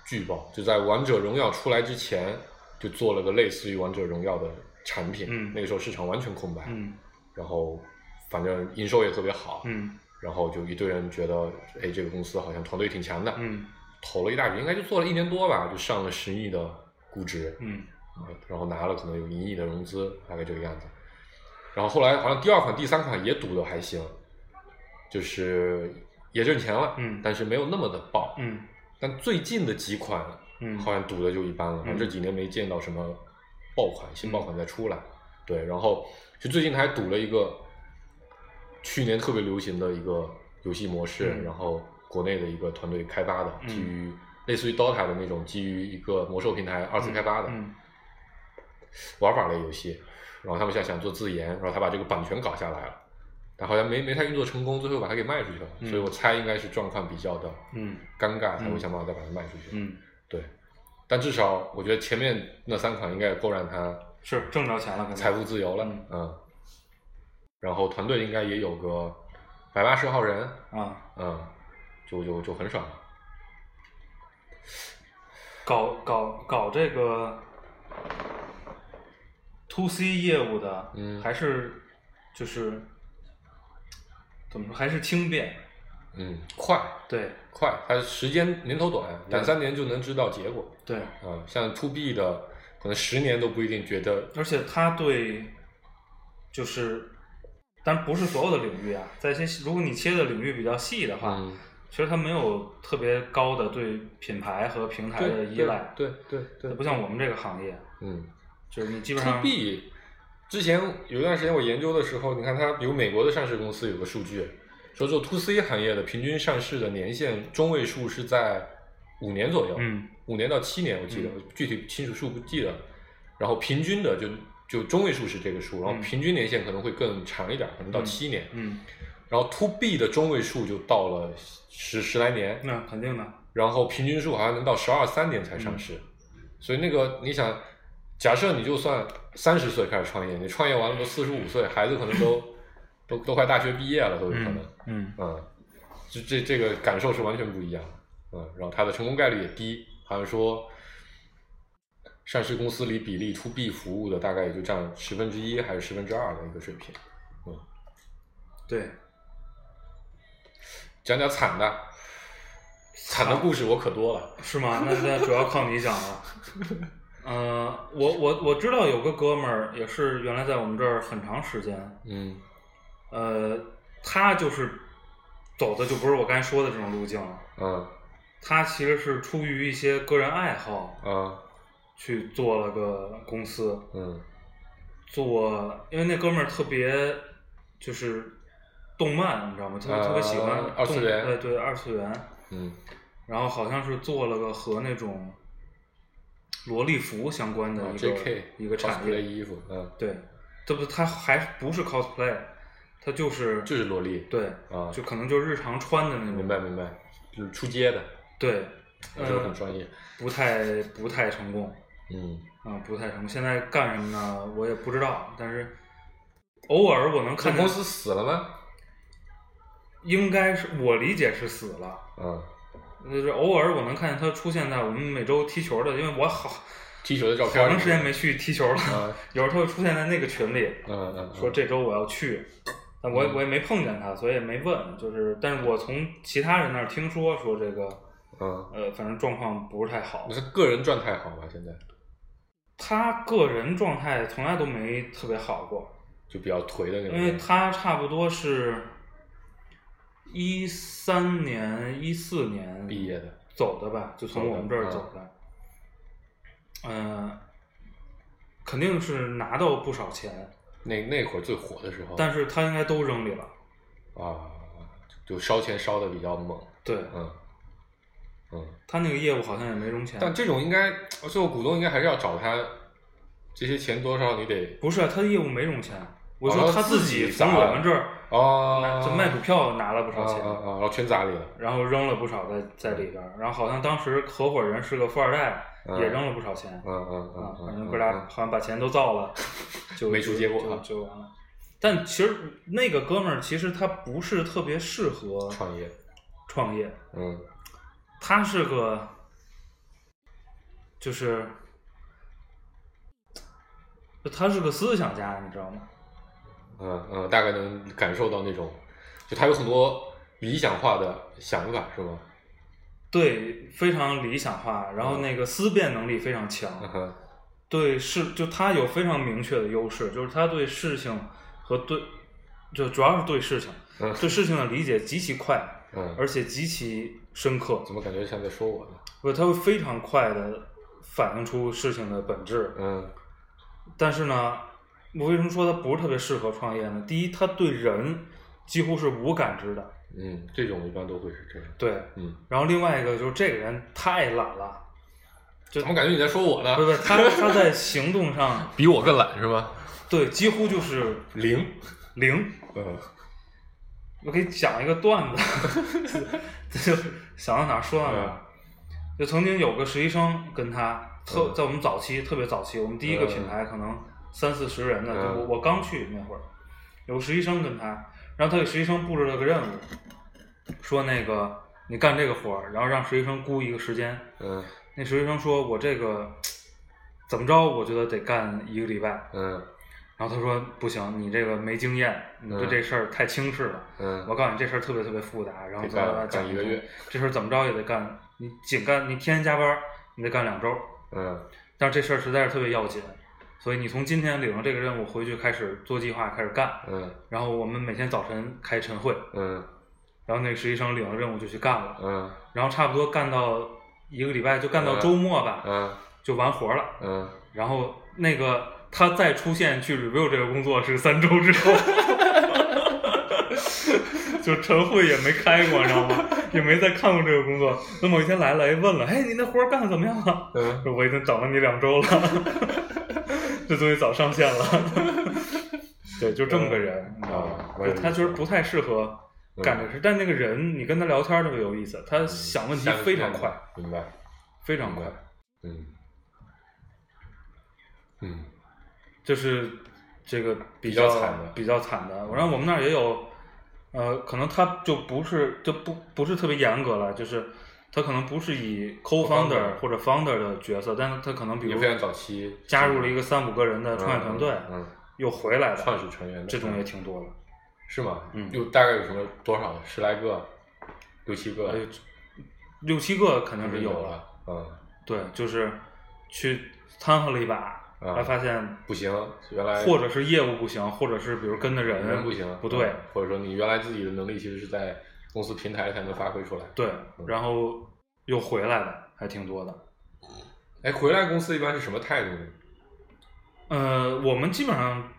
[SPEAKER 3] 巨爆，就在王者荣耀出来之前就做了个类似于王者荣耀的产品，
[SPEAKER 2] 嗯
[SPEAKER 3] 那个时候市场完全空白，
[SPEAKER 2] 嗯
[SPEAKER 3] 然后反正营收也特别好，
[SPEAKER 2] 嗯
[SPEAKER 3] 然后就一堆人觉得，哎，这个公司好像团队挺强的，
[SPEAKER 2] 嗯
[SPEAKER 3] 投了一大笔，应该就做了一年多吧，就上了十亿的估值，
[SPEAKER 2] 嗯
[SPEAKER 3] 啊然后拿了可能有一亿的融资，大概这个样子。然后后来好像第二款、第三款也赌的还行，就是也挣钱了，
[SPEAKER 2] 嗯
[SPEAKER 3] 但是没有那么的爆。
[SPEAKER 2] 嗯
[SPEAKER 3] 但最近的几款
[SPEAKER 2] 嗯，嗯
[SPEAKER 3] 好像赌的就一般了，反正这几年没见到什么爆款、新爆款再出来。对，然后就最近他还赌了一个去年特别流行的一个游戏模式，
[SPEAKER 2] 嗯
[SPEAKER 3] 然后国内的一个团队开发的，
[SPEAKER 2] 嗯
[SPEAKER 3] 基于类似于 DOTA 的那种基于一个魔兽平台二次开发的、
[SPEAKER 2] 嗯
[SPEAKER 3] 玩法类游戏，然后他们现在想做自研，然后他把这个版权搞下来了，但好像没没太运作成功，最后把它给卖出去了，
[SPEAKER 2] 嗯
[SPEAKER 3] 所以我猜应该是状况比较的
[SPEAKER 2] 嗯
[SPEAKER 3] 尴尬，才会想办法再把它卖出去。
[SPEAKER 2] 嗯，
[SPEAKER 3] 对，但至少我觉得前面那三款应该也够让他
[SPEAKER 2] 是挣着钱了，肯定
[SPEAKER 3] 财富自由了，
[SPEAKER 2] 嗯
[SPEAKER 3] 嗯然后团队应该也有个百八十号人，
[SPEAKER 2] 啊，
[SPEAKER 3] 嗯，就就就很爽了。
[SPEAKER 2] 搞搞搞这个 to C 业务的，
[SPEAKER 3] 嗯
[SPEAKER 2] 还是就是怎么说，还是轻便，
[SPEAKER 3] 嗯，快
[SPEAKER 2] 对
[SPEAKER 3] 快，它时间年头短，两
[SPEAKER 2] 对
[SPEAKER 3] 三年就能知道结果。
[SPEAKER 2] 对，
[SPEAKER 3] 啊，像 to B 的，可能十年都不一定觉得，
[SPEAKER 2] 而且他对就是。但不是所有的领域啊，在一些如果你切的领域比较细的话，
[SPEAKER 3] 嗯，
[SPEAKER 2] 其实他没有特别高的对品牌和平台的
[SPEAKER 3] 对
[SPEAKER 2] 依赖，
[SPEAKER 3] 对对对，
[SPEAKER 2] 不像我们这个行业，
[SPEAKER 3] 嗯
[SPEAKER 2] 就是你基本
[SPEAKER 3] ，to
[SPEAKER 2] 上
[SPEAKER 3] B，之前有一段时间我研究的时候，你看它，比如美国的上市公司有个数据，说做 to C 行业的平均上市的年限中位数是在五年左右，
[SPEAKER 2] 嗯
[SPEAKER 3] 五年到七年，我记得、
[SPEAKER 2] 嗯
[SPEAKER 3] 具体清楚数不记得，然后平均的就就中位数是这个数，然后
[SPEAKER 2] 嗯
[SPEAKER 3] 平均年限可能会更长一点，可能到
[SPEAKER 2] 嗯
[SPEAKER 3] 七年，
[SPEAKER 2] 嗯，
[SPEAKER 3] 然后 to B 的中位数就到了十十来年，
[SPEAKER 2] 那肯定的，
[SPEAKER 3] 然后平均数好像能到十二三年才上市，所以那个你想，假设你就算三十岁开始创业，你创业完了都四十五岁，孩子可能都都都快大学毕业了，都有可能，
[SPEAKER 2] 嗯
[SPEAKER 3] 嗯，这这这个感受是完全不一样的，嗯，然后它的成功概率也低，好像说上市公司里比例 to B 服务的大概也就占十分之一还是十分之二的一个水平。
[SPEAKER 2] 对，
[SPEAKER 3] 讲讲惨的，惨的故事我可多了，
[SPEAKER 2] 是吗？那那主要靠你讲了。呃，我我我知道有个哥们儿也是原来在我们这儿很长时间，
[SPEAKER 3] 嗯
[SPEAKER 2] 呃，他就是走的就不是我刚才说的这种路径了，
[SPEAKER 3] 嗯
[SPEAKER 2] 他其实是出于一些个人爱好
[SPEAKER 3] 啊
[SPEAKER 2] 去做了个公司，
[SPEAKER 3] 嗯
[SPEAKER 2] 做，因为那哥们儿特别就是动漫，你知道吗？特别
[SPEAKER 3] 啊
[SPEAKER 2] 特别喜欢动
[SPEAKER 3] 二次元
[SPEAKER 2] 对对二次元。
[SPEAKER 3] 嗯
[SPEAKER 2] 然后好像是做了个和那种萝莉服相关的
[SPEAKER 3] 啊
[SPEAKER 2] 嗯一个、
[SPEAKER 3] ，J.K.
[SPEAKER 2] 一个产
[SPEAKER 3] cosplay
[SPEAKER 2] 业。
[SPEAKER 3] 衣服，嗯，
[SPEAKER 2] 对，这不他还不是 cosplay，他就是
[SPEAKER 3] 就是萝莉，
[SPEAKER 2] 对，
[SPEAKER 3] 啊，
[SPEAKER 2] 就可能就是日常穿的那种。
[SPEAKER 3] 明白明白，就是出街的，
[SPEAKER 2] 对，
[SPEAKER 3] 我觉得很
[SPEAKER 2] 嗯
[SPEAKER 3] 专业，
[SPEAKER 2] 不太不太成功。
[SPEAKER 3] 嗯
[SPEAKER 2] 啊、不太成功。现在干什么呢？我也不知道，但是偶尔我能
[SPEAKER 3] 这
[SPEAKER 2] 看见
[SPEAKER 3] 公司死了吗？
[SPEAKER 2] 应该是我理解是死了，
[SPEAKER 3] 嗯
[SPEAKER 2] 就是偶尔我能看见他出现在我们每周踢球的，因为我好好
[SPEAKER 3] 踢球的照片，
[SPEAKER 2] 长时间没去踢球了，
[SPEAKER 3] 啊，
[SPEAKER 2] 有时候他会出现在那个群里，
[SPEAKER 3] 嗯嗯嗯，
[SPEAKER 2] 说这周我要去，但我也
[SPEAKER 3] 嗯
[SPEAKER 2] 我也没碰见他，所以也没问，就是，但是我从其他人那儿听说说这个，
[SPEAKER 3] 嗯，
[SPEAKER 2] 呃，反正状况不是太好
[SPEAKER 3] 那，是个人状态好吧？现在
[SPEAKER 2] 他个人状态从来都没特别好过，
[SPEAKER 3] 就比较颓的那种，
[SPEAKER 2] 因为他差不多是。一三年、一四年
[SPEAKER 3] 毕业的，
[SPEAKER 2] 走的吧，就从我们这儿走的。嗯、肯定是拿到不少钱，
[SPEAKER 3] 那那会儿最火的时候，
[SPEAKER 2] 但是他应该都扔里了。
[SPEAKER 3] 啊，就烧钱烧的比较猛，
[SPEAKER 2] 对
[SPEAKER 3] 嗯嗯，
[SPEAKER 2] 他那个业务好像也没融钱。
[SPEAKER 3] 但这种应该最后股东应该还是要找他，这些钱多少你得
[SPEAKER 2] 不是啊他的业务没融钱，我
[SPEAKER 3] 哦
[SPEAKER 2] 说
[SPEAKER 3] 他
[SPEAKER 2] 他
[SPEAKER 3] 自己
[SPEAKER 2] 己从
[SPEAKER 3] 砸了
[SPEAKER 2] 我们这儿拿
[SPEAKER 3] 哦，
[SPEAKER 2] 就卖股票拿了不
[SPEAKER 3] 啊
[SPEAKER 2] 少
[SPEAKER 3] 啊
[SPEAKER 2] 钱，
[SPEAKER 3] 啊，然后全砸里了，
[SPEAKER 2] 然后扔了不少在在里边儿，然后好像当时合伙人是个富二代，
[SPEAKER 3] 嗯
[SPEAKER 2] 也扔了不少钱。
[SPEAKER 3] 嗯嗯
[SPEAKER 2] 啊
[SPEAKER 3] 嗯，嗯，
[SPEAKER 2] 反正
[SPEAKER 3] 嗯
[SPEAKER 2] 哥俩
[SPEAKER 3] 嗯
[SPEAKER 2] 好像把钱都造了，就
[SPEAKER 3] 没出结果
[SPEAKER 2] 就
[SPEAKER 3] 啊
[SPEAKER 2] 就完了。但其实那个哥们儿其实他不是特别适合
[SPEAKER 3] 创业，
[SPEAKER 2] 创业，
[SPEAKER 3] 嗯
[SPEAKER 2] 他是个就是他是个思想家，你知道吗？
[SPEAKER 3] 嗯嗯，大概能感受到那种，就他有很多理想化的想法，是吗？
[SPEAKER 2] 对，非常理想化，然后那个思辨能力非常强，
[SPEAKER 3] 嗯哼，
[SPEAKER 2] 对事就他有非常明确的优势，就是他对事情和对就主要是对事情，
[SPEAKER 3] 嗯
[SPEAKER 2] 对事情的理解极其快，
[SPEAKER 3] 嗯，
[SPEAKER 2] 而且极其深刻，
[SPEAKER 3] 怎么感觉像在说我呢？
[SPEAKER 2] 不，他会非常快的反映出事情的本质。
[SPEAKER 3] 嗯
[SPEAKER 2] 但是呢，我为什么说他不是特别适合创业呢？第一，他对人几乎是无感知的，
[SPEAKER 3] 嗯，这种一般都会是这样。
[SPEAKER 2] 对，
[SPEAKER 3] 嗯，
[SPEAKER 2] 然后另外一个就是这个人太懒了，
[SPEAKER 3] 怎么感觉你在说我呢
[SPEAKER 2] 不？是他他在行动上
[SPEAKER 3] 比我更懒是吗？
[SPEAKER 2] 对几乎就是
[SPEAKER 3] 零。
[SPEAKER 2] 零。
[SPEAKER 3] 嗯
[SPEAKER 2] 我给你讲一个段子， 这就想到哪儿说到哪儿。就曾经有个实习生跟他特
[SPEAKER 3] 嗯
[SPEAKER 2] 在我们早期特别早期，我们第一个品牌可能三四十人的，
[SPEAKER 3] 嗯
[SPEAKER 2] 就我我刚去那会儿，有个实习生跟他，然后他给实习生布置了个任务，说那个你干这个活儿，然后让实习生估一个时间。
[SPEAKER 3] 嗯
[SPEAKER 2] 那实习生说我这个怎么着，我觉得得干一个礼拜。
[SPEAKER 3] 嗯
[SPEAKER 2] 然后他说不行，你这个没经验，你对
[SPEAKER 3] 嗯
[SPEAKER 2] 这事儿太轻视了。
[SPEAKER 3] 嗯
[SPEAKER 2] 我告诉你，这事儿特别特别复杂，然后
[SPEAKER 3] 得干
[SPEAKER 2] 咱俩讲
[SPEAKER 3] 干一个月，
[SPEAKER 2] 这事儿怎么着也得干，你紧干，你天天加班儿，你得干两周。
[SPEAKER 3] 嗯
[SPEAKER 2] 但是这事儿实在是特别要紧，所以你从今天领了这个任务回去开始做计划，开始干。
[SPEAKER 3] 嗯
[SPEAKER 2] 然后我们每天早晨开晨会，
[SPEAKER 3] 嗯
[SPEAKER 2] 然后那个实习生领了任务就去干了，
[SPEAKER 3] 嗯
[SPEAKER 2] 然后差不多干到一个礼拜，就干到周末吧，
[SPEAKER 3] 嗯
[SPEAKER 2] 就完活了。
[SPEAKER 3] 嗯，
[SPEAKER 2] 然后那个他再出现去 review 这个工作是三周之后， 就晨会也没开过，你知道吗？也没再看过这个工作。那某一天来了，哎，问了，哎，你那活儿干的怎么样了？
[SPEAKER 3] 嗯
[SPEAKER 2] 说我已经等了你两周了， 这东西早上线了。对，就这么个人，你知道吗
[SPEAKER 3] 啊？我也
[SPEAKER 2] 就他其实不太适合干这个事，但那个人你跟他聊天儿特别有意思，他想问题非常快，，
[SPEAKER 3] 明白
[SPEAKER 2] 非常
[SPEAKER 3] 明
[SPEAKER 2] 快
[SPEAKER 3] 白。，嗯嗯
[SPEAKER 2] 就是这个比
[SPEAKER 3] 比较
[SPEAKER 2] 较
[SPEAKER 3] 惨的
[SPEAKER 2] 比较惨的。然后我们那儿也有，呃，可能他就不是就不不是特别严格了，就是他可能不是以 co-founder
[SPEAKER 3] Co-founder
[SPEAKER 2] 或者 founder 的角色，但是他可能比
[SPEAKER 3] 也
[SPEAKER 2] 如
[SPEAKER 3] 非常早期
[SPEAKER 2] 加入了一个三五个人的创业团队，
[SPEAKER 3] 嗯，
[SPEAKER 2] 又回来
[SPEAKER 3] 创
[SPEAKER 2] 的，
[SPEAKER 3] 始成员
[SPEAKER 2] 这种也挺多的。
[SPEAKER 3] 是吗？
[SPEAKER 2] 嗯
[SPEAKER 3] 有大概有什么多少十来个，六七个，
[SPEAKER 2] 哎呦六七个肯定是有了，
[SPEAKER 3] 了，嗯。
[SPEAKER 2] 对，就是去掺和了一把，
[SPEAKER 3] 啊
[SPEAKER 2] 还发现
[SPEAKER 3] 不行，原来
[SPEAKER 2] 或者是业务不行，或者是比如跟的人
[SPEAKER 3] 人不行，嗯
[SPEAKER 2] 不对，
[SPEAKER 3] 或者说你原来自己的能力其实是在公司平台才能发挥出来。
[SPEAKER 2] 对，
[SPEAKER 3] 嗯
[SPEAKER 2] 然后又回来的还挺多的。
[SPEAKER 3] 哎，回来公司一般是什么态度呢？
[SPEAKER 2] 呃，我们基本上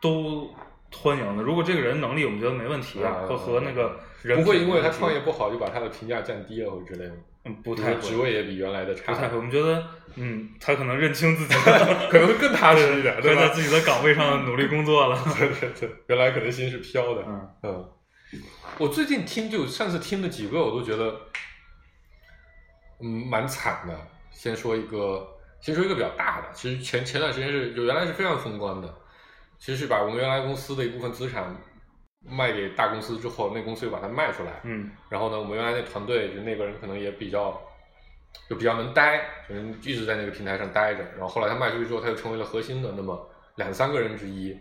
[SPEAKER 2] 都欢迎的。如果这个人能力我们觉得没问题啊，
[SPEAKER 3] 嗯
[SPEAKER 2] 和和那个人
[SPEAKER 3] 不会
[SPEAKER 2] 品
[SPEAKER 3] 因为
[SPEAKER 2] 没
[SPEAKER 3] 他
[SPEAKER 2] 问题
[SPEAKER 3] 创业，不好就把他的评价降低了或者之类的，
[SPEAKER 2] 嗯，不
[SPEAKER 3] 比如
[SPEAKER 2] 太
[SPEAKER 3] 说职
[SPEAKER 2] 会，
[SPEAKER 3] 位也比原来的差，
[SPEAKER 2] 不太会。我们觉得，嗯，他可能认清 自己
[SPEAKER 3] 可能会更踏实一点，
[SPEAKER 2] 会在
[SPEAKER 3] 吧？
[SPEAKER 2] 自己的岗位上努力工作了。
[SPEAKER 3] 对对对，原来可能心是飘的。
[SPEAKER 2] 嗯
[SPEAKER 3] 嗯，我最近听就上次听了几个，我都觉得，嗯，蛮惨的。先说一个，先说一个比较大的，其实前前段时间是就原来是非常风光的，其实是把我们原来公司的一部分资产卖给大公司之后，那公司又把它卖出来，
[SPEAKER 2] 嗯
[SPEAKER 3] 然后呢，我们原来那团队就那个人可能也比较。就比较能待，就是一直在那个平台上待着。然后后来他卖出去之后，他又成为了核心的那么两三个人之一。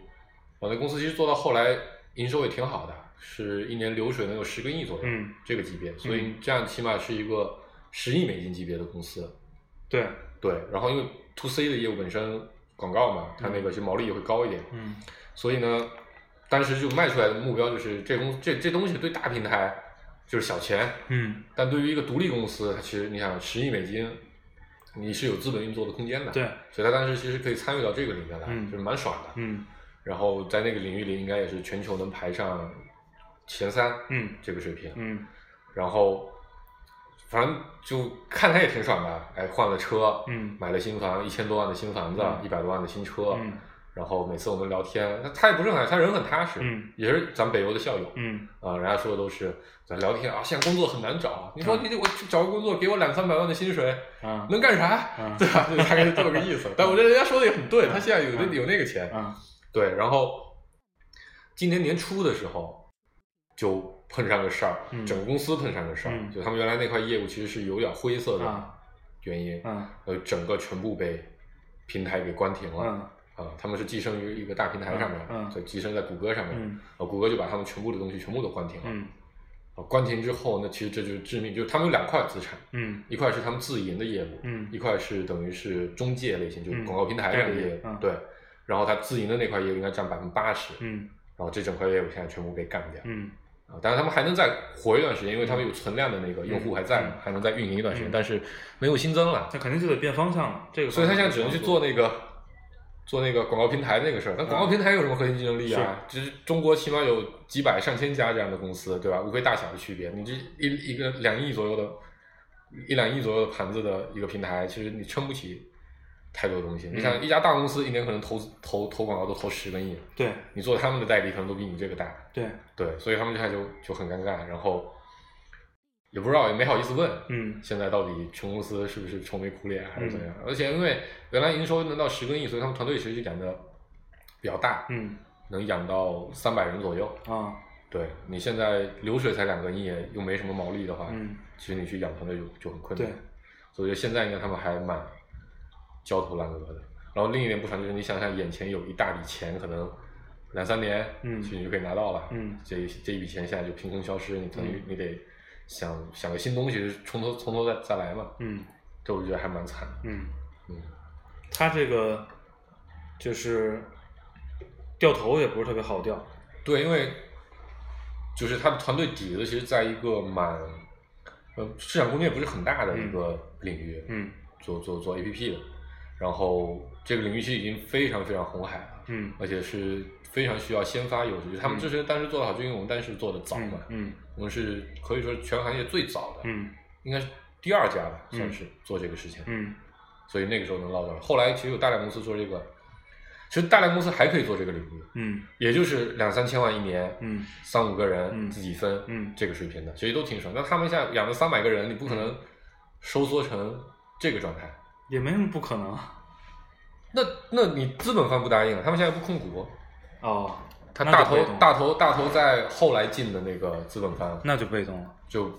[SPEAKER 3] 我那公司其实做到后来营收也挺好的，是一年流水能有十个亿左右，
[SPEAKER 2] 嗯，
[SPEAKER 3] 这个级别，所以这样起码是一个十亿美金级别的公司。
[SPEAKER 2] 对，
[SPEAKER 3] 对，然后因为 to C 的业务本身广告嘛，它那个就毛利也会高一点，
[SPEAKER 2] 嗯
[SPEAKER 3] 所以呢，当时就卖出来的目标就是这公这这东西对大平台就是小钱，
[SPEAKER 2] 嗯，
[SPEAKER 3] 但对于一个独立公司，它其实你想十亿美金，你是有资本运作的空间的，，
[SPEAKER 2] 对，
[SPEAKER 3] 所以它当时其实可以参与到这个里面来，
[SPEAKER 2] 嗯
[SPEAKER 3] 就是蛮爽的，
[SPEAKER 2] 嗯
[SPEAKER 3] 然后在那个领域里应该也是全球能排上前三，
[SPEAKER 2] 嗯
[SPEAKER 3] 这个水平，
[SPEAKER 2] 嗯
[SPEAKER 3] 然后反正就看他也挺爽的，哎，换了车，
[SPEAKER 2] 嗯
[SPEAKER 3] 买了新房，一千多万的新房子，
[SPEAKER 2] 嗯
[SPEAKER 3] 一百多万的新车，
[SPEAKER 2] 嗯
[SPEAKER 3] 然后每次我们聊天，他他也不是很，他人很踏实，
[SPEAKER 2] 嗯
[SPEAKER 3] 也是咱们北邮的校友，
[SPEAKER 2] 嗯
[SPEAKER 3] 啊，人家说的都是咱聊天啊，现在工作很难找，你说
[SPEAKER 2] 嗯
[SPEAKER 3] 你我去找个工作，给我两三百万的薪水，
[SPEAKER 2] 啊
[SPEAKER 3] 能干啥？
[SPEAKER 2] 啊
[SPEAKER 3] 对吧？就大概是这么个意思。但我觉得人家说的也很对，他现在有那
[SPEAKER 2] 嗯
[SPEAKER 3] 有那个钱，
[SPEAKER 2] 啊
[SPEAKER 3] 对，然后今年年初的时候就碰上个事儿，
[SPEAKER 2] 嗯
[SPEAKER 3] 整个公司碰上个事儿，
[SPEAKER 2] 嗯
[SPEAKER 3] 就他们原来那块业务其实是有点灰色的
[SPEAKER 2] 啊
[SPEAKER 3] 原因，
[SPEAKER 2] 啊
[SPEAKER 3] 呃，整个全部被平台给关停了。
[SPEAKER 2] 嗯
[SPEAKER 3] 啊，他们是寄生于一个大平台上面，
[SPEAKER 2] 嗯嗯
[SPEAKER 3] 就寄生在谷歌上面，
[SPEAKER 2] 嗯
[SPEAKER 3] 啊，谷歌就把他们全部的东西全部都关停了。
[SPEAKER 2] 嗯
[SPEAKER 3] 啊，关停之后，那其实这就是致命，就是他们有两块资产，
[SPEAKER 2] 嗯
[SPEAKER 3] 一块是他们自营的业务，
[SPEAKER 2] 嗯
[SPEAKER 3] 一块是等于是中介类型，就是
[SPEAKER 2] 嗯
[SPEAKER 3] 广告平台上的业务，
[SPEAKER 2] 代理嗯
[SPEAKER 3] 对。然后他自营的那块业务应该占百分之八十，
[SPEAKER 2] 嗯
[SPEAKER 3] 然后这整块业务现在全部被干掉。
[SPEAKER 2] 嗯
[SPEAKER 3] 啊，当然他们还能再活一段时间，因为他们有存量的那个用户还在嘛，还能再运营一段时间，
[SPEAKER 2] 嗯
[SPEAKER 3] 但是没有新增了，
[SPEAKER 2] 那肯定就得变方向了。这个
[SPEAKER 3] 所以他
[SPEAKER 2] 方向
[SPEAKER 3] 现在只能去
[SPEAKER 2] 不
[SPEAKER 3] 做那个做那个广告平台那个事儿，但广告平台有什么核心竞争力啊？只是中国起码有几百上千家这样的公司，对吧？无非大小的区别。你这一一个两亿左右的，一两亿左右的盘子的一个平台，其实你撑不起太多东西。你想，一家大公司一年可能投资投投广告都投十个亿，
[SPEAKER 2] 对
[SPEAKER 3] 你做他们的代理可能都比你这个大，
[SPEAKER 2] 对，
[SPEAKER 3] 对，所以他们现在就就很尴尬，然后也不知道也没好意思问，
[SPEAKER 2] 嗯
[SPEAKER 3] 现在到底全公司是不是愁眉苦脸还是怎样？而且因为原来营收能到十个亿，所以他们团队其实就养的比较大，
[SPEAKER 2] 嗯
[SPEAKER 3] 能养到三百人左右。
[SPEAKER 2] 啊
[SPEAKER 3] 对你现在流水才两个亿，又没什么毛利的话，
[SPEAKER 2] 嗯
[SPEAKER 3] 其实你去养团队就就很困难。
[SPEAKER 2] 对，
[SPEAKER 3] 所以我觉得现在应该他们还蛮焦头烂额的。然后另一点不爽就是，你想想眼前有一大笔钱，可能两三年，
[SPEAKER 2] 嗯
[SPEAKER 3] 其实你就可以拿到了，
[SPEAKER 2] 嗯
[SPEAKER 3] 这这一笔钱现在就凭空消失，你等于你得想、想个新东西，从头从头再再来嘛。
[SPEAKER 2] 嗯
[SPEAKER 3] 这我觉得还蛮惨的。
[SPEAKER 2] 嗯，
[SPEAKER 3] 嗯，
[SPEAKER 2] 他这个就是掉头也不是特别好掉，
[SPEAKER 3] 对，因为就是他的团队底子其实在一个蛮呃市场空间不是很大的一个领域，
[SPEAKER 2] 嗯
[SPEAKER 3] 做做做 APP 的，然后这个领域其实已经非常非常红海了。
[SPEAKER 2] 嗯
[SPEAKER 3] 而且是非常需要先发优势。他们之所以当时做的好，就因为我们当时做的早嘛，
[SPEAKER 2] 嗯
[SPEAKER 3] 我们是可以说是全行业最早的，
[SPEAKER 2] 嗯
[SPEAKER 3] 应该是第二家吧，
[SPEAKER 2] 嗯
[SPEAKER 3] 算是做这个事情。
[SPEAKER 2] 嗯
[SPEAKER 3] 所以那个时候能捞到。后来其实有大量公司做这个，其实大量公司还可以做这个领域，
[SPEAKER 2] 嗯
[SPEAKER 3] 也就是两三千万一年，
[SPEAKER 2] 嗯
[SPEAKER 3] 三五个人
[SPEAKER 2] 嗯
[SPEAKER 3] 自己分，
[SPEAKER 2] 嗯
[SPEAKER 3] 这个水平的，其实都挺爽。但他们现在养了三百个人，你不可能收缩成这个状态。
[SPEAKER 2] 也没什么不可能啊
[SPEAKER 3] 那那你资本方不答应啊了，他们现在不控股，
[SPEAKER 2] 哦，
[SPEAKER 3] 他
[SPEAKER 2] 那
[SPEAKER 3] 大
[SPEAKER 2] 就
[SPEAKER 3] 头
[SPEAKER 2] 被动了嗯
[SPEAKER 3] 大头大头在后来进的那个资本方，
[SPEAKER 2] 那就被动了，
[SPEAKER 3] 就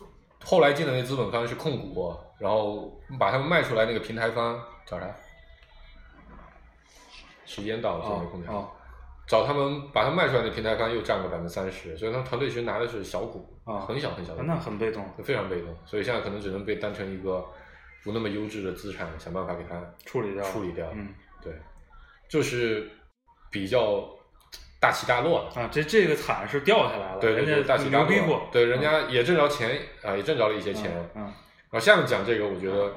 [SPEAKER 3] 后来进的那资本方是控股，然后把他们卖出来那个平台方找啥？时间到了，就没空调。
[SPEAKER 2] 哦
[SPEAKER 3] 找他们把他们卖出来的平台方又占个百分之三十，所以他们团队其实拿的是小股，
[SPEAKER 2] 哦
[SPEAKER 3] 很小很小的
[SPEAKER 2] 哦，
[SPEAKER 3] 股，
[SPEAKER 2] 那很被动，
[SPEAKER 3] 非常被动，所以现在可能只能被当成一个不那么优质的资产，想办法给它
[SPEAKER 2] 处理掉
[SPEAKER 3] 处理掉。
[SPEAKER 2] 嗯
[SPEAKER 3] 对，就是比较大起大落的。
[SPEAKER 2] 啊，这这个惨是掉下来了，
[SPEAKER 3] 对对对，
[SPEAKER 2] 人
[SPEAKER 3] 大
[SPEAKER 2] 家
[SPEAKER 3] 起大
[SPEAKER 2] 牛
[SPEAKER 3] 落
[SPEAKER 2] 逼过，
[SPEAKER 3] 对，人家也挣着钱啊、也挣着了一些钱。
[SPEAKER 2] 嗯
[SPEAKER 3] 然后下面啊讲这个，我觉得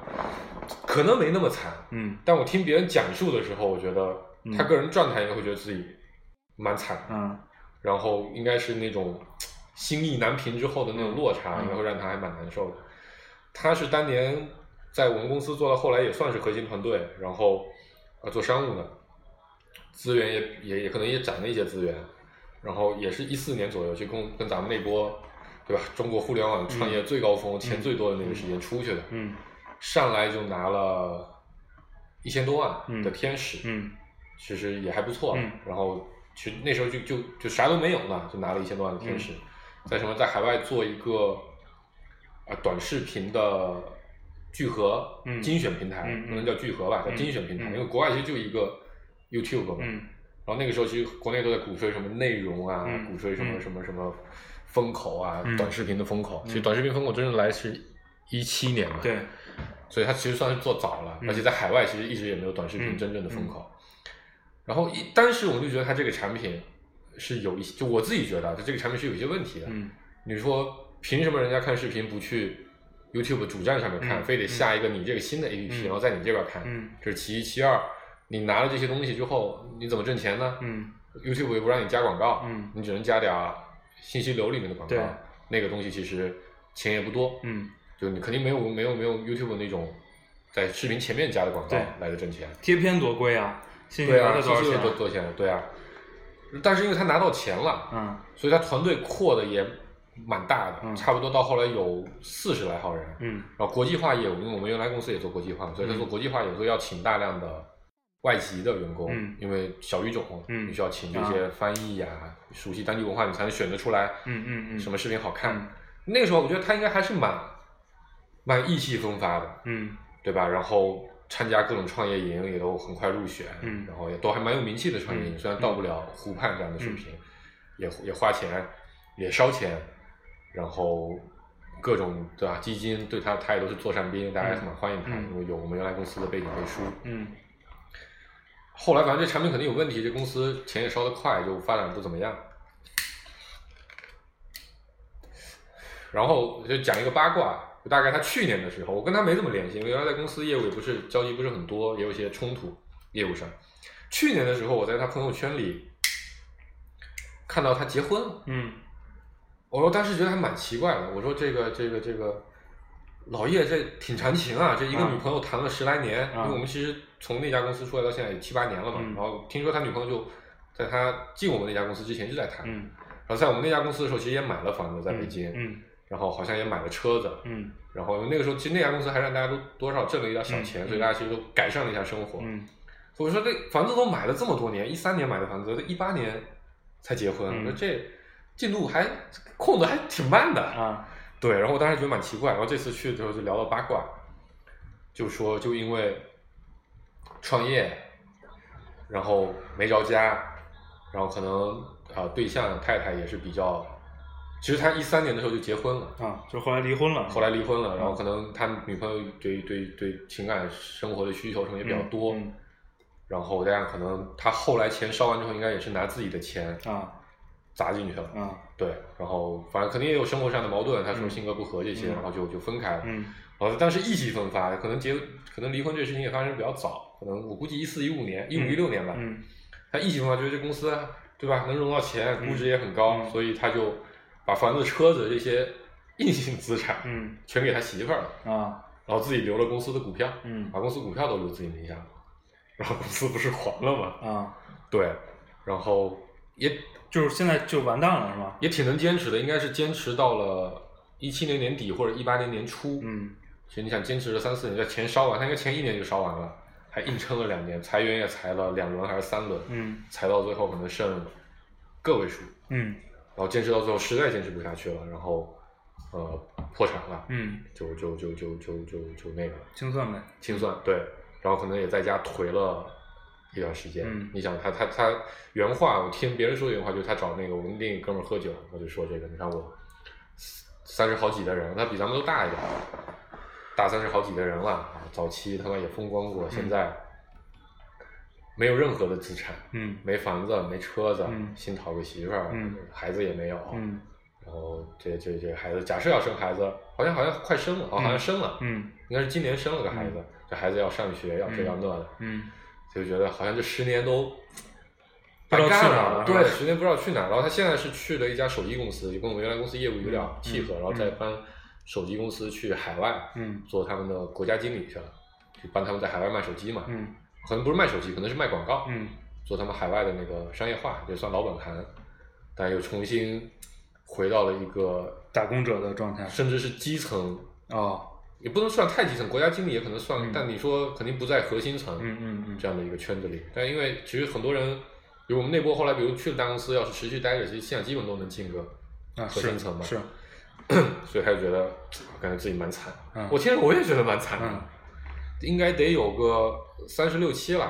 [SPEAKER 3] 可能没那么惨，
[SPEAKER 2] 嗯
[SPEAKER 3] 但我听别人讲述的时候，我觉得
[SPEAKER 2] 嗯
[SPEAKER 3] 他个人状态应该会觉得自己蛮惨的，
[SPEAKER 2] 嗯
[SPEAKER 3] 然后应该是那种心意难平之后的那种落差，
[SPEAKER 2] 嗯
[SPEAKER 3] 应该会让他还蛮难受的。他是当年在我们公司做到后来也算是核心团队，然后呃做商务的，资源也也也可能也攒了一些资源，然后也是一四年左右就跟跟咱们那波对吧中国互联网创业最高峰、钱最多的那个时间出去的，
[SPEAKER 2] 嗯
[SPEAKER 3] 上来就拿了一千多万的
[SPEAKER 2] 嗯
[SPEAKER 3] 天使，
[SPEAKER 2] 嗯
[SPEAKER 3] 其实也还不错。
[SPEAKER 2] 嗯
[SPEAKER 3] 然后其实那时候就就就啥都没有呢，就拿了一千多万的天使，
[SPEAKER 2] 嗯
[SPEAKER 3] 在什么在海外做一个啊短视频的聚合、
[SPEAKER 2] 嗯
[SPEAKER 3] 精选平台，
[SPEAKER 2] 嗯嗯
[SPEAKER 3] 不能叫聚合吧，叫
[SPEAKER 2] 嗯
[SPEAKER 3] 精选平台，
[SPEAKER 2] 嗯
[SPEAKER 3] 因为国外其实就一个 YouTube 嘛。
[SPEAKER 2] 嗯
[SPEAKER 3] 然后那个时候其实国内都在鼓吹什么内容啊，
[SPEAKER 2] 嗯
[SPEAKER 3] 鼓吹什么
[SPEAKER 2] 嗯
[SPEAKER 3] 什么什么风口啊，
[SPEAKER 2] 嗯
[SPEAKER 3] 短视频的风口。
[SPEAKER 2] 嗯
[SPEAKER 3] 其实短视频风口真正来是一七年嘛，
[SPEAKER 2] 对，
[SPEAKER 3] 所以它其实算是做早了，
[SPEAKER 2] 嗯
[SPEAKER 3] 而且在海外其实一直也没有短视频
[SPEAKER 2] 嗯
[SPEAKER 3] 真正的风口。然后一当时我们就觉得它这个产品是有一些，就我自己觉得啊它这个产品是有一些问题的。
[SPEAKER 2] 嗯
[SPEAKER 3] 你说凭什么人家看视频不去 YouTube 主站上面看，
[SPEAKER 2] 嗯
[SPEAKER 3] 非得下一个你这个新的
[SPEAKER 2] 嗯
[SPEAKER 3] APP，、然后在你这边看？
[SPEAKER 2] 嗯
[SPEAKER 3] 这是其一，其二，你拿了这些东西之后，你怎么挣钱呢、
[SPEAKER 2] 嗯
[SPEAKER 3] y o u t u b e 也不让你加广告，
[SPEAKER 2] 嗯
[SPEAKER 3] 你只能加点儿信息流里面的广告
[SPEAKER 2] 对。
[SPEAKER 3] 那个东西其实钱也不多，
[SPEAKER 2] 嗯，
[SPEAKER 3] 就你肯定没有没有没有 YouTube 那种在视频前面加的广告
[SPEAKER 2] 对
[SPEAKER 3] 来的挣钱，
[SPEAKER 2] 贴片多贵啊，信息
[SPEAKER 3] 对
[SPEAKER 2] 流才
[SPEAKER 3] 啊，
[SPEAKER 2] 多少
[SPEAKER 3] 信息流
[SPEAKER 2] 钱？
[SPEAKER 3] 多多少钱？对啊，但是因为他拿到钱了，
[SPEAKER 2] 嗯
[SPEAKER 3] 所以他团队扩的也蛮大的，
[SPEAKER 2] 嗯
[SPEAKER 3] 差不多到后来有四十来号人，
[SPEAKER 2] 嗯
[SPEAKER 3] 然后国际化业务，因为我们原来公司也做国际化，所以他做国际化业务都要请大量的外籍的员工，
[SPEAKER 2] 嗯
[SPEAKER 3] 因为小语种，
[SPEAKER 2] 嗯
[SPEAKER 3] 你需要请这些翻译呀、熟悉当地文化，你才能选择出来
[SPEAKER 2] 嗯嗯嗯，
[SPEAKER 3] 什么视频好看。
[SPEAKER 2] 嗯
[SPEAKER 3] 那个时候我觉得他应该还是蛮蛮意气风发的，
[SPEAKER 2] 嗯
[SPEAKER 3] 对吧？然后参加各种创业营也都很快入选，
[SPEAKER 2] 嗯
[SPEAKER 3] 然后也都还蛮有名气的创业营，
[SPEAKER 2] 嗯
[SPEAKER 3] 虽然到不了湖畔这样的水平，也也花钱，也烧钱，然后各种对吧？基金对他他也都是座上宾，大家也蛮欢迎他，
[SPEAKER 2] 嗯
[SPEAKER 3] 因为有我们原来公司的背景背书。
[SPEAKER 2] 嗯
[SPEAKER 3] 后来反正这产品肯定有问题，这公司钱也烧得快，就发展得不怎么样。然后就讲一个八卦，就大概他去年的时候，我跟他没怎么联系，因为原来在公司业务也不是交集不是很多，也有一些冲突业务上。去年的时候，我在他朋友圈里看到他结婚了，
[SPEAKER 2] 嗯
[SPEAKER 3] 我说当时觉得还蛮奇怪的，我说这个这个这个老叶这挺长情啊，这一个
[SPEAKER 2] 啊
[SPEAKER 3] 女朋友谈了十来年，因
[SPEAKER 2] 啊
[SPEAKER 3] 为我们其实从那家公司出来到现在也七八年了嘛，
[SPEAKER 2] 嗯
[SPEAKER 3] 然后听说他女朋友就在他进我们那家公司之前就在谈，
[SPEAKER 2] 嗯，
[SPEAKER 3] 然后在我们那家公司的时候，其实也买了房子在北京，
[SPEAKER 2] 嗯
[SPEAKER 3] 然后好像也买了车子，
[SPEAKER 2] 嗯
[SPEAKER 3] 然后那个时候其实那家公司还让大家都多少挣了一点小钱，
[SPEAKER 2] 嗯
[SPEAKER 3] 所以大家其实都改善了一下生活。
[SPEAKER 2] 嗯
[SPEAKER 3] 所以我说这房子都买了这么多年，一三年买的房子，这一八年才结婚，
[SPEAKER 2] 嗯
[SPEAKER 3] 我说这进度还空的还挺慢的。
[SPEAKER 2] 啊
[SPEAKER 3] 对，然后我当时觉得蛮奇怪，然后这次去的时候就聊到八卦，就说就因为创业，然后没着家，然后可能啊、呃对象太太也是比较，其实他一三年的时候就结婚了。
[SPEAKER 2] 啊，就后来离婚了，
[SPEAKER 3] 后来离婚了，然后可能他女朋友对对对情感生活的需求可能也比较多，
[SPEAKER 2] 嗯
[SPEAKER 3] 然后加上可能他后来钱烧完之后，应该也是拿自己的钱
[SPEAKER 2] 啊
[SPEAKER 3] 砸进去了，
[SPEAKER 2] 啊
[SPEAKER 3] 对，然后反正肯定也有生活上的矛盾，他说
[SPEAKER 2] 嗯
[SPEAKER 3] 性格不合这些，
[SPEAKER 2] 嗯
[SPEAKER 3] 然后就就分开了，
[SPEAKER 2] 嗯
[SPEAKER 3] 然哦后当时意气风发，可能结可能离婚这个事情也发生比较早，可能我估计一四一五年一五一六年吧，
[SPEAKER 2] 嗯
[SPEAKER 3] 他意气风发觉得这公司啊对吧能融到钱，
[SPEAKER 2] 嗯
[SPEAKER 3] 估值也很高，
[SPEAKER 2] 嗯
[SPEAKER 3] 所以他就把房子、车子这些硬性资产
[SPEAKER 2] 嗯
[SPEAKER 3] 全给他媳妇儿了。
[SPEAKER 2] 啊
[SPEAKER 3] 然后自己留了公司的股票，
[SPEAKER 2] 嗯
[SPEAKER 3] 把公司股票都留自己名下了，然后公司不是还 了吗？
[SPEAKER 2] 啊，
[SPEAKER 3] 对，然后也
[SPEAKER 2] 就是现在就完蛋了是吗？
[SPEAKER 3] 也挺能坚持的，应该是坚持到了一七年年底或者一八年年初，，
[SPEAKER 2] 嗯
[SPEAKER 3] 其实你想坚持了三四年，这钱烧完，他应该前一年就烧完了，还硬撑了两年，裁员也裁了两轮还是三轮，
[SPEAKER 2] 嗯
[SPEAKER 3] 裁到最后可能剩个位数，
[SPEAKER 2] 嗯
[SPEAKER 3] 然后坚持到最后实在坚持不下去了，然后呃破产了，
[SPEAKER 2] 嗯，
[SPEAKER 3] 就就就就就就就那个了。
[SPEAKER 2] 清算呗，
[SPEAKER 3] 清算对，然后可能也在家颓了一段时间。
[SPEAKER 2] 嗯
[SPEAKER 3] 你想他他他原话，我听别人说原话，就是他找那个我们另一哥们儿喝酒，我就说这个，你看我三十好几的人，他比咱们都大一点，大三十好几的人了，啊早期他妈也风光过，
[SPEAKER 2] 嗯
[SPEAKER 3] 现在没有任何的资产，
[SPEAKER 2] 嗯
[SPEAKER 3] 没房子，没车子，
[SPEAKER 2] 嗯
[SPEAKER 3] 新讨个媳妇儿，
[SPEAKER 2] 嗯
[SPEAKER 3] 孩子也没有，
[SPEAKER 2] 嗯
[SPEAKER 3] 然后这这这孩子，假设要生孩子，好像好像快生了，哦，好像
[SPEAKER 2] 嗯
[SPEAKER 3] 生了，
[SPEAKER 2] 嗯
[SPEAKER 3] 应该是今年生了个孩子，这孩子要上学，要这
[SPEAKER 2] 嗯
[SPEAKER 3] 要那的，
[SPEAKER 2] 嗯
[SPEAKER 3] 所以觉得好像这十年都
[SPEAKER 2] 不知道
[SPEAKER 3] 白干
[SPEAKER 2] 去哪儿了
[SPEAKER 3] 对，
[SPEAKER 2] 是吧
[SPEAKER 3] 十年不知道去哪儿。然后他现在是去了一家手机公司，也跟我们原来公司业务有点
[SPEAKER 2] 嗯
[SPEAKER 3] 契合，
[SPEAKER 2] 嗯
[SPEAKER 3] 然后再搬手机公司去海外、
[SPEAKER 2] 嗯
[SPEAKER 3] 做他们的国家经理去了，就帮他们在海外卖手机嘛，
[SPEAKER 2] 嗯
[SPEAKER 3] 可能不是卖手机，可能是卖广告，
[SPEAKER 2] 嗯
[SPEAKER 3] 做他们海外的那个商业化，也算老本行，但又重新回到了一个
[SPEAKER 2] 打工者的状态
[SPEAKER 3] 甚至是基层
[SPEAKER 2] 哦，
[SPEAKER 3] 也不能算太基层，国家经理也可能算，
[SPEAKER 2] 嗯
[SPEAKER 3] 但你说肯定不在核心层、
[SPEAKER 2] 嗯嗯嗯
[SPEAKER 3] 这样的一个圈子里。但因为其实很多人，比如我们那波后来，比如去了大公司，要是持续待着，其实现在基本都能进个
[SPEAKER 2] 啊
[SPEAKER 3] 核心层嘛。
[SPEAKER 2] 是是
[SPEAKER 3] 所以他就觉得，啊感觉自己蛮惨。
[SPEAKER 2] 嗯
[SPEAKER 3] 我听着我也觉得蛮惨的，
[SPEAKER 2] 嗯
[SPEAKER 3] 应该得有个三十六七了，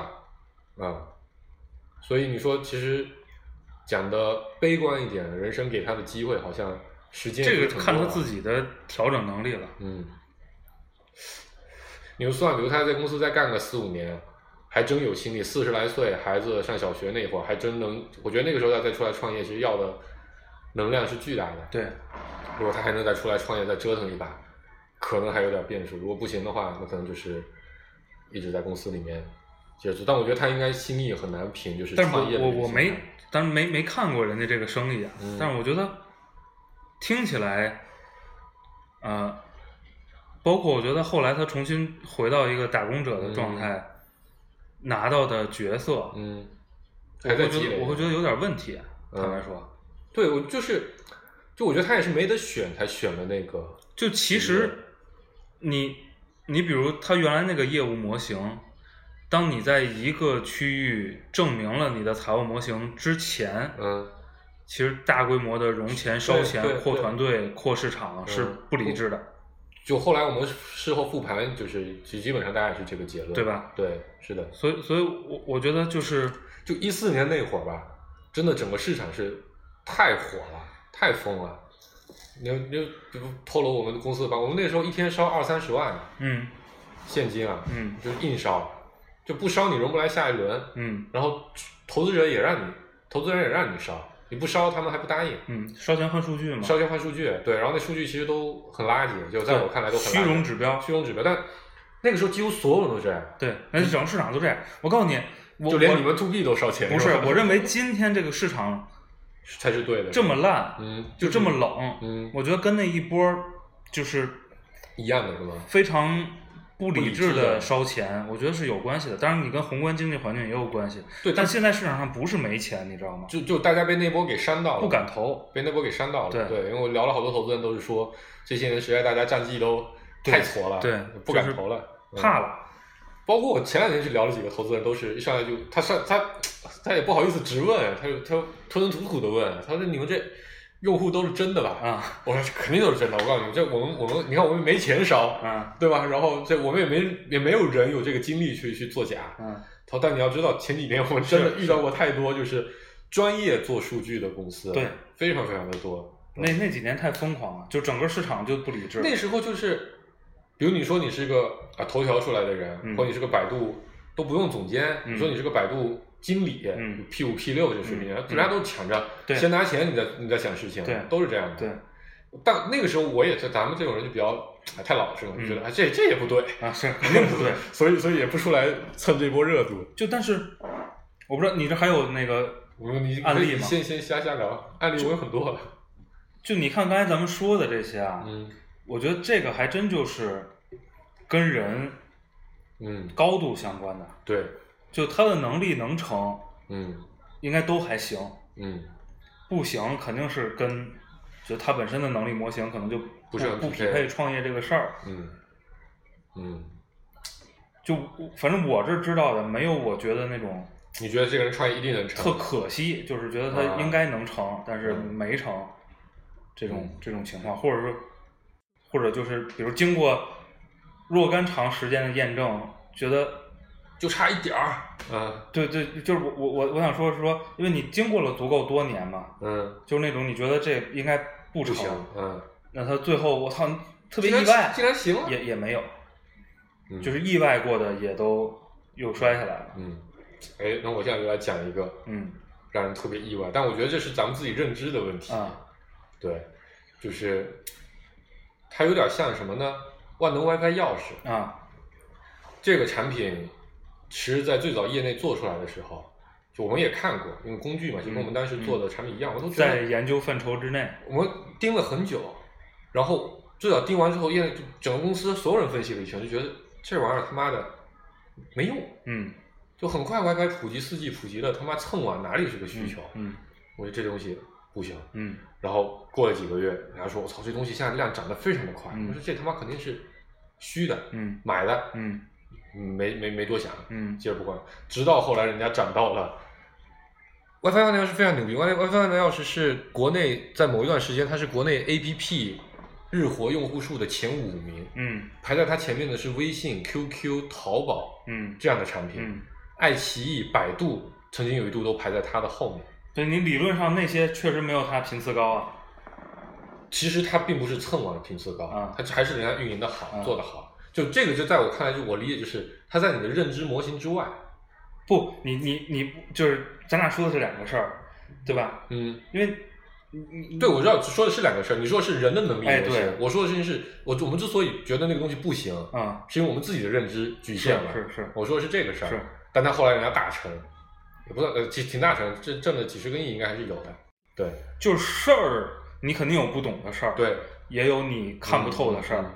[SPEAKER 3] 啊、所以你说其实讲的悲观一点，人生给他的机会好像时间
[SPEAKER 2] 这
[SPEAKER 3] 也
[SPEAKER 2] 个
[SPEAKER 3] 不是很
[SPEAKER 2] 看
[SPEAKER 3] 多
[SPEAKER 2] 他
[SPEAKER 3] 啊
[SPEAKER 2] 自己的调整能力了，
[SPEAKER 3] 嗯，你就算，比如他在公司再干个四五年，还真有心力。四十来岁，孩子上小学那会儿，还真能，我觉得那个时候要再出来创业，其实要的能量是巨大的。
[SPEAKER 2] 对，
[SPEAKER 3] 如果他还能再出来创业，再折腾一把，可能还有点变数。如果不行的话，那可能就是一直在公司里面接触。但我觉得他应该心意很难平，就是
[SPEAKER 2] 但是我
[SPEAKER 3] 创业的
[SPEAKER 2] 我
[SPEAKER 3] 这个
[SPEAKER 2] 我
[SPEAKER 3] 心
[SPEAKER 2] 没
[SPEAKER 3] 态，
[SPEAKER 2] 当然没没看过人家这个生意啊，
[SPEAKER 3] 嗯
[SPEAKER 2] 但是我觉得听起来，呃，包括我觉得后来他重新回到一个打工者的状态，拿到的角色，
[SPEAKER 3] 嗯，
[SPEAKER 2] 我
[SPEAKER 3] 还在
[SPEAKER 2] 会
[SPEAKER 3] 积
[SPEAKER 2] 觉
[SPEAKER 3] 累
[SPEAKER 2] 得我会觉得有点问题，啊
[SPEAKER 3] 嗯
[SPEAKER 2] 坦白说，
[SPEAKER 3] 对我就是，就我觉得他也是没得选，才选了那个。
[SPEAKER 2] 就其实你你比如他原来那个业务模型。当你在一个区域证明了你的财务模型之前，
[SPEAKER 3] 嗯，
[SPEAKER 2] 其实大规模的融钱、烧
[SPEAKER 3] 对嗯
[SPEAKER 2] 钱、扩团队、扩市场是不理智的，
[SPEAKER 3] 就后来我们事后复盘，就是基基本上大家也是这个结论，
[SPEAKER 2] 对？吧？
[SPEAKER 3] 对，是的。
[SPEAKER 2] 所以，所以我我觉得就是，
[SPEAKER 3] 就一四年那会儿吧，真的整个市场是太火了，太疯了。你就你就比如透露我们公司吧，我们那时候一天烧二三十万
[SPEAKER 2] 嗯
[SPEAKER 3] 现金啊，
[SPEAKER 2] 嗯
[SPEAKER 3] 就是硬烧，就不烧你融不来下一轮。
[SPEAKER 2] 嗯
[SPEAKER 3] 然后投资人也让你，投资人也让你烧，你不烧他们还不答应。
[SPEAKER 2] 嗯，烧钱换数据嘛，
[SPEAKER 3] 烧钱换数据，对，然后那数据其实都很垃圾，就在
[SPEAKER 2] 对
[SPEAKER 3] 我看来都很
[SPEAKER 2] 虚
[SPEAKER 3] 垃圾
[SPEAKER 2] 荣指标，
[SPEAKER 3] 虚荣指标，但那个时候几乎所有人都这样。
[SPEAKER 2] 对，那整个市场都这样。我告诉你，我
[SPEAKER 3] 就连你们 to B 都烧钱，
[SPEAKER 2] 不是
[SPEAKER 3] 吧，
[SPEAKER 2] 我认为今天这个市场
[SPEAKER 3] 才是对的。
[SPEAKER 2] 这么烂，
[SPEAKER 3] 嗯，
[SPEAKER 2] 就这么冷，
[SPEAKER 3] 嗯
[SPEAKER 2] 我觉得跟那一波儿就是
[SPEAKER 3] 一样的是吗？
[SPEAKER 2] 非常不理智
[SPEAKER 3] 不理智
[SPEAKER 2] 的
[SPEAKER 3] 的
[SPEAKER 2] 烧钱，我觉得是有关系的。当然，你跟宏观经济环境也有关系。
[SPEAKER 3] 对，
[SPEAKER 2] 但
[SPEAKER 3] 但
[SPEAKER 2] 现在市场上不是没钱，你知道吗？
[SPEAKER 3] 就就大家被那波给扇到了，
[SPEAKER 2] 不敢投。
[SPEAKER 3] 被那波给扇到了。
[SPEAKER 2] 对
[SPEAKER 3] 因为我聊了好多投资人都是说，这些年实在大家战绩都太挫了，
[SPEAKER 2] 对
[SPEAKER 3] 不
[SPEAKER 2] 就
[SPEAKER 3] 敢
[SPEAKER 2] 是
[SPEAKER 3] 投了，嗯
[SPEAKER 2] 怕了，
[SPEAKER 3] 包括我前两天去聊了几个投资人，都是一上来就他上他他也不好意思直问，他就他就吞吞吐吐的问，他说你们这用户都是真的吧？
[SPEAKER 2] 啊
[SPEAKER 3] 我说这肯定都是真的，我告诉你们，这我们我们你看我们没钱烧，
[SPEAKER 2] 啊
[SPEAKER 3] 对吧？然后这我们也没也没有人有这个精力去去作假。
[SPEAKER 2] 啊！
[SPEAKER 3] 他说但你要知道，前几年我们嗯真的
[SPEAKER 2] 是
[SPEAKER 3] 遇到过太多就是专业做数据的公司，
[SPEAKER 2] 对，
[SPEAKER 3] 非常非常的多。
[SPEAKER 2] 那那几年太疯狂了，就整个市场就不理智。
[SPEAKER 3] 那时候就是，比如你说你是个啊头条出来的人，
[SPEAKER 2] 嗯
[SPEAKER 3] 或者你是个百度都不用总监，
[SPEAKER 2] 嗯
[SPEAKER 3] 你说你是个百度经理、
[SPEAKER 2] 嗯
[SPEAKER 3] p 五 P 六这水平，
[SPEAKER 2] 嗯
[SPEAKER 3] 人家都抢着、
[SPEAKER 2] 对
[SPEAKER 3] 先拿钱，你再你再想事情，
[SPEAKER 2] 对
[SPEAKER 3] 都是这样的。
[SPEAKER 2] 对，
[SPEAKER 3] 但那个时候我也是，咱们这种人就比较哎太老实了，
[SPEAKER 2] 嗯
[SPEAKER 3] 就觉得哎这这也不对，
[SPEAKER 2] 啊，是肯定不对。
[SPEAKER 3] 所以所以也不出来蹭这波热度。
[SPEAKER 2] 就但是，我不知道你这还有那个，
[SPEAKER 3] 我说你
[SPEAKER 2] 案
[SPEAKER 3] 可
[SPEAKER 2] 例
[SPEAKER 3] 以
[SPEAKER 2] 嘛
[SPEAKER 3] 先先瞎瞎聊，案例我有很多。
[SPEAKER 2] 就你看刚才咱们说的这些啊，
[SPEAKER 3] 嗯
[SPEAKER 2] 我觉得这个还真就是跟人
[SPEAKER 3] 嗯，
[SPEAKER 2] 高度相关的，
[SPEAKER 3] 对，
[SPEAKER 2] 就他的能力能成，
[SPEAKER 3] 嗯
[SPEAKER 2] 应该都还行，
[SPEAKER 3] 嗯，
[SPEAKER 2] 不行肯定是跟就他本身的能力模型可能就
[SPEAKER 3] 不是很
[SPEAKER 2] 不
[SPEAKER 3] 匹
[SPEAKER 2] 匹
[SPEAKER 3] 配
[SPEAKER 2] 配创业这个事儿。
[SPEAKER 3] 嗯嗯，
[SPEAKER 2] 就我反正我这知道的，没有我觉得那种
[SPEAKER 3] 你觉得这个人创业一定能成？
[SPEAKER 2] 特可惜，就是觉得他应该能成，但是
[SPEAKER 3] 啊嗯
[SPEAKER 2] 没成这种、
[SPEAKER 3] 嗯
[SPEAKER 2] 这种情况，或者说或者就是比如经过若干长时间的验证，觉得
[SPEAKER 3] 就差一点儿。嗯
[SPEAKER 2] 对对，就是我我我我想说是说，因为你经过了足够多年嘛，
[SPEAKER 3] 嗯，
[SPEAKER 2] 就是那种你觉得这应该不
[SPEAKER 3] 不
[SPEAKER 2] 成，
[SPEAKER 3] 行，嗯，
[SPEAKER 2] 那他最后我操特
[SPEAKER 3] 特
[SPEAKER 2] 别意外，
[SPEAKER 3] 竟然行了，
[SPEAKER 2] 也也没有，
[SPEAKER 3] 嗯
[SPEAKER 2] 就是意外过的也都又摔下来了，
[SPEAKER 3] 嗯，哎，那我现在就来讲一个
[SPEAKER 2] 嗯
[SPEAKER 3] 让人特别意外，但我觉得这是咱们自己认知的问题。
[SPEAKER 2] 啊
[SPEAKER 3] 对，就是它有点像什么呢？万能 WiFi 钥匙
[SPEAKER 2] 啊
[SPEAKER 3] 这个产品，其实在最早业内做出来的时候，就我们也看过，因为工具嘛，就跟我们当时做的产品一样，我都觉得
[SPEAKER 2] 嗯在研究范畴之内，
[SPEAKER 3] 我们盯了很久，然后最早盯完之后，业内就整个公司所有人分析了一圈，就觉得这玩意儿他妈的没用，
[SPEAKER 2] 嗯
[SPEAKER 3] 就很快 WiFi 普及，4G 普及了，他妈蹭完哪里是个需
[SPEAKER 2] 嗯
[SPEAKER 3] 求？
[SPEAKER 2] 嗯
[SPEAKER 3] 我觉得这东西不行。
[SPEAKER 2] 嗯
[SPEAKER 3] 然后过了几个月，人家说我操，这东西下量涨得非常的快，
[SPEAKER 2] 嗯
[SPEAKER 3] 我说这他妈肯定是虚的，
[SPEAKER 2] 嗯
[SPEAKER 3] 买的，
[SPEAKER 2] 嗯
[SPEAKER 3] 没没没多想，
[SPEAKER 2] 嗯
[SPEAKER 3] 接着不管，直到后来人家涨到了。WiFi 万能钥匙非常牛逼，WiFi WiFi 万能钥匙是国内在某一段时间，它是国内 APP 日活用户数的前五名，
[SPEAKER 2] 嗯
[SPEAKER 3] 排在它前面的是微信、QQ、淘宝
[SPEAKER 2] 嗯
[SPEAKER 3] 这样的产品，
[SPEAKER 2] 嗯，
[SPEAKER 3] 爱奇艺、百度曾经有一度都排在它的后面。
[SPEAKER 2] 对你理论上那些确实没有他频次高啊，
[SPEAKER 3] 其实它并不是蹭网频次高，
[SPEAKER 2] 啊
[SPEAKER 3] 它还是人家运营的好，
[SPEAKER 2] 啊
[SPEAKER 3] 做的好。就这个，就在我看来，就我理解就是它在你的认知模型之外。
[SPEAKER 2] 不，你你你就是咱俩说的是两个事儿，对吧？
[SPEAKER 3] 嗯，
[SPEAKER 2] 因为你你
[SPEAKER 3] 对，我知道说的是两个事儿。你说的是人的能力
[SPEAKER 2] 哎
[SPEAKER 3] 模型，
[SPEAKER 2] 对
[SPEAKER 3] 我说的事情是我我们之所以觉得那个东西不行，
[SPEAKER 2] 啊
[SPEAKER 3] 是因为我们自己的认知局
[SPEAKER 2] 是
[SPEAKER 3] 限了。
[SPEAKER 2] 是是
[SPEAKER 3] 我说的是这个事儿。
[SPEAKER 2] 是，
[SPEAKER 3] 但他后来人家大成，也不算呃，挺挺大成，挣挣了几十个亿应该还是有的。对
[SPEAKER 2] 就是事儿，你肯定有不懂的事儿，，
[SPEAKER 3] 对，
[SPEAKER 2] 也有你看不透的事儿。
[SPEAKER 3] 嗯嗯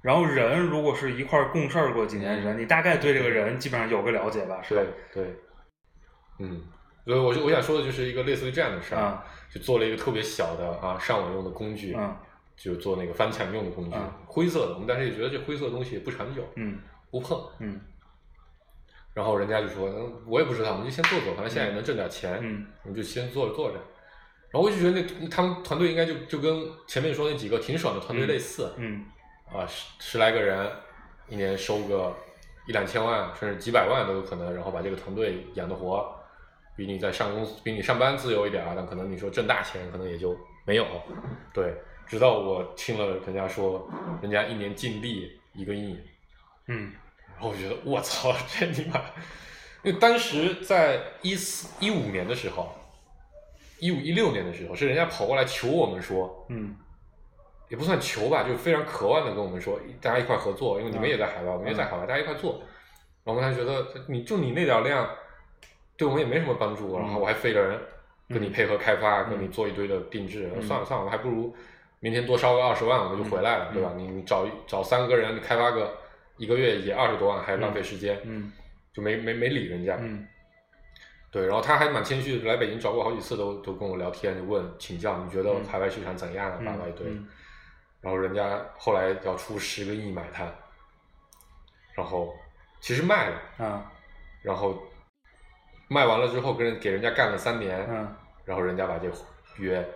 [SPEAKER 2] 然后人如果是一块儿共事儿过几年的人，你大概对这个人基本上有个了解吧？是吧
[SPEAKER 3] 对对，嗯，所以我就我想说的就是一个类似于这样的事儿，
[SPEAKER 2] 啊
[SPEAKER 3] 就做了一个特别小的啊上网用的工具，
[SPEAKER 2] 嗯
[SPEAKER 3] 就做那个翻墙用的工具，
[SPEAKER 2] 嗯
[SPEAKER 3] 灰色的。我们当时也觉得这灰色的东西也不长久，
[SPEAKER 2] 嗯
[SPEAKER 3] 不碰。
[SPEAKER 2] 嗯
[SPEAKER 3] 然后人家就说，嗯我也不知道，我们就先做做，反正现在也能挣点钱，
[SPEAKER 2] 嗯
[SPEAKER 3] 我们就先做着做着。然后我就觉得那他们团队应该就就跟前面说那几个挺爽的团队类似，
[SPEAKER 2] 嗯
[SPEAKER 3] 啊十十来个人，一年收个一两千万，甚至几百万都有可能，然后把这个团队养得活，比你在上公司比你上班自由一点啊，但可能你说挣大钱可能也就没有，对，直到我听了人家说人家一年净利一个亿，
[SPEAKER 2] 嗯
[SPEAKER 3] 然后我觉得我操， 这你妈！因为当时在一四一五年的时候，一五一六年的时候，是人家跑过来求我们说，
[SPEAKER 2] 嗯
[SPEAKER 3] 也不算求吧，就是非常渴望的跟我们说，大家一块儿合作，因为你们
[SPEAKER 2] 嗯
[SPEAKER 3] 也在海外，我们也在海外，大家一块儿做。然后我们还觉得，你就你那点儿量，对我们也没什么帮助，
[SPEAKER 2] 嗯
[SPEAKER 3] 然后我还费个人跟你配合开发，跟你做一堆的定制，
[SPEAKER 2] 嗯
[SPEAKER 3] 算了算了，我还不如明天多烧个二十万，我们就回来了，
[SPEAKER 2] 嗯
[SPEAKER 3] 对吧？你你找找三个人，你开发个一个月也二十多万，还浪费时间，
[SPEAKER 2] 嗯
[SPEAKER 3] 就没没没理人家。
[SPEAKER 2] 嗯
[SPEAKER 3] 对，然后他还蛮谦虚的，来北京找过好几次都，都跟我聊天，就问请教你觉得
[SPEAKER 2] 嗯
[SPEAKER 3] 海外市场怎样啊，叭叭一堆。
[SPEAKER 2] 嗯
[SPEAKER 3] 然后人家后来要出十个亿买它，然后其实卖了，
[SPEAKER 2] 啊
[SPEAKER 3] 然后卖完了之后跟人给人家干了三年，
[SPEAKER 2] 嗯
[SPEAKER 3] 然后人家把这约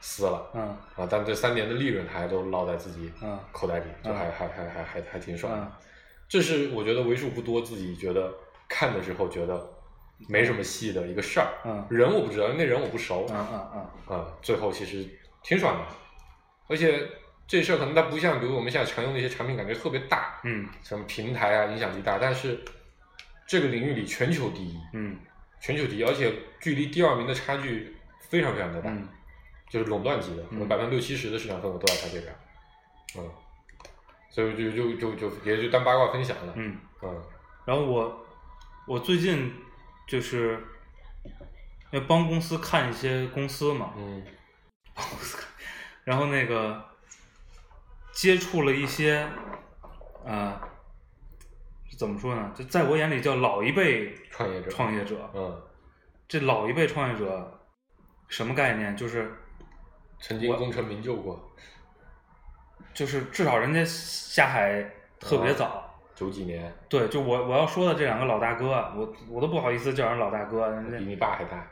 [SPEAKER 3] 撕了
[SPEAKER 2] 嗯
[SPEAKER 3] 啊，但这三年的利润他还都落在自己
[SPEAKER 2] 嗯
[SPEAKER 3] 口袋里，就还、
[SPEAKER 2] 嗯
[SPEAKER 3] 还还还还还挺爽的。
[SPEAKER 2] 嗯
[SPEAKER 3] 这是我觉得为数不多自己觉得看的时候觉得没什么戏的一个事儿。
[SPEAKER 2] 嗯
[SPEAKER 3] 人我不知道，因为那人我不熟
[SPEAKER 2] 嗯嗯
[SPEAKER 3] 啊最后其实挺爽的，而且这事儿可能它不像，比如我们现在常用的一些产品，感觉特别大，
[SPEAKER 2] 嗯
[SPEAKER 3] 什么平台啊，影响力大，但是这个领域里全球第一，
[SPEAKER 2] 嗯
[SPEAKER 3] 全球第一，而且距离第二名的差距非常非常的大，
[SPEAKER 2] 嗯
[SPEAKER 3] 就是垄断级的，可
[SPEAKER 2] 嗯
[SPEAKER 3] 能百分之六七十的市场份额都在它这边，嗯，所以就就就就也就当八卦分享了，
[SPEAKER 2] 嗯。
[SPEAKER 3] 嗯
[SPEAKER 2] 然后我我最近就是要帮公司看一些公司嘛，
[SPEAKER 3] 嗯
[SPEAKER 2] 然后那个接触了一些，呃，怎么说呢？就在我眼里叫老一辈
[SPEAKER 3] 创业者
[SPEAKER 2] 创业者。
[SPEAKER 3] 嗯，
[SPEAKER 2] 这老一辈创业者什么概念？就是
[SPEAKER 3] 曾经功成名就过，
[SPEAKER 2] 就是至少人家下海特别
[SPEAKER 3] 哦
[SPEAKER 2] 早。
[SPEAKER 3] 九几年
[SPEAKER 2] 对，就我我要说的这两个老大哥啊，我我都不好意思叫人老大哥，人家
[SPEAKER 3] 比你爸还大，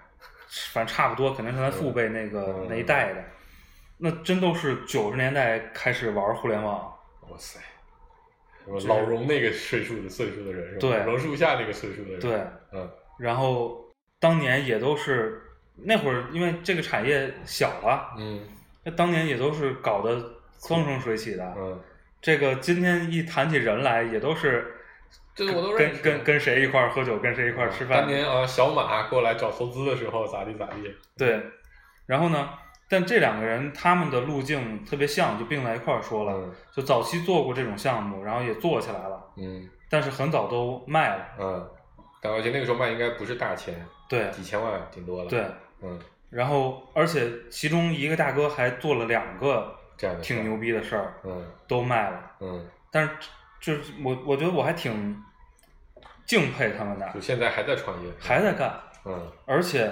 [SPEAKER 2] 反正差不多，可能是咱父辈那个、
[SPEAKER 3] 嗯
[SPEAKER 2] 那一代的，那真都是九十年代开始玩互联网，
[SPEAKER 3] 哇塞，什么老榕那个岁数的岁数的人是吧？
[SPEAKER 2] 对
[SPEAKER 3] 榕树下那个岁数的人，
[SPEAKER 2] 对，
[SPEAKER 3] 嗯
[SPEAKER 2] 然后当年也都是那会儿，因为这个产业小了，
[SPEAKER 3] 嗯
[SPEAKER 2] 那当年也都是搞得风生水起的。
[SPEAKER 3] 嗯，
[SPEAKER 2] 这个今天一谈起人来，也都是
[SPEAKER 3] 这个我都认
[SPEAKER 2] 跟
[SPEAKER 3] 识
[SPEAKER 2] 跟跟谁一块儿喝酒，跟谁一块儿吃饭
[SPEAKER 3] 当，年啊，小马过来找投资的时候咋地咋地，
[SPEAKER 2] 对。然后呢，但这两个人他们的路径特别像，就并在一块儿说了。
[SPEAKER 3] 嗯
[SPEAKER 2] 就早期做过这种项目，然后也做起来了，
[SPEAKER 3] 嗯
[SPEAKER 2] 但是很早都卖了。
[SPEAKER 3] 嗯，但而且那个时候卖应该不是大钱，
[SPEAKER 2] 对
[SPEAKER 3] 几千万顶多了，
[SPEAKER 2] 对，
[SPEAKER 3] 嗯，
[SPEAKER 2] 然后而且其中一个大哥还做了两个
[SPEAKER 3] 这样的事儿
[SPEAKER 2] 挺，牛逼的事儿，
[SPEAKER 3] 嗯
[SPEAKER 2] 都卖了。
[SPEAKER 3] 嗯，
[SPEAKER 2] 但是就是我我觉得我还挺敬佩他们的
[SPEAKER 3] 就，现在还在创业，
[SPEAKER 2] 还在干，
[SPEAKER 3] 嗯
[SPEAKER 2] 而且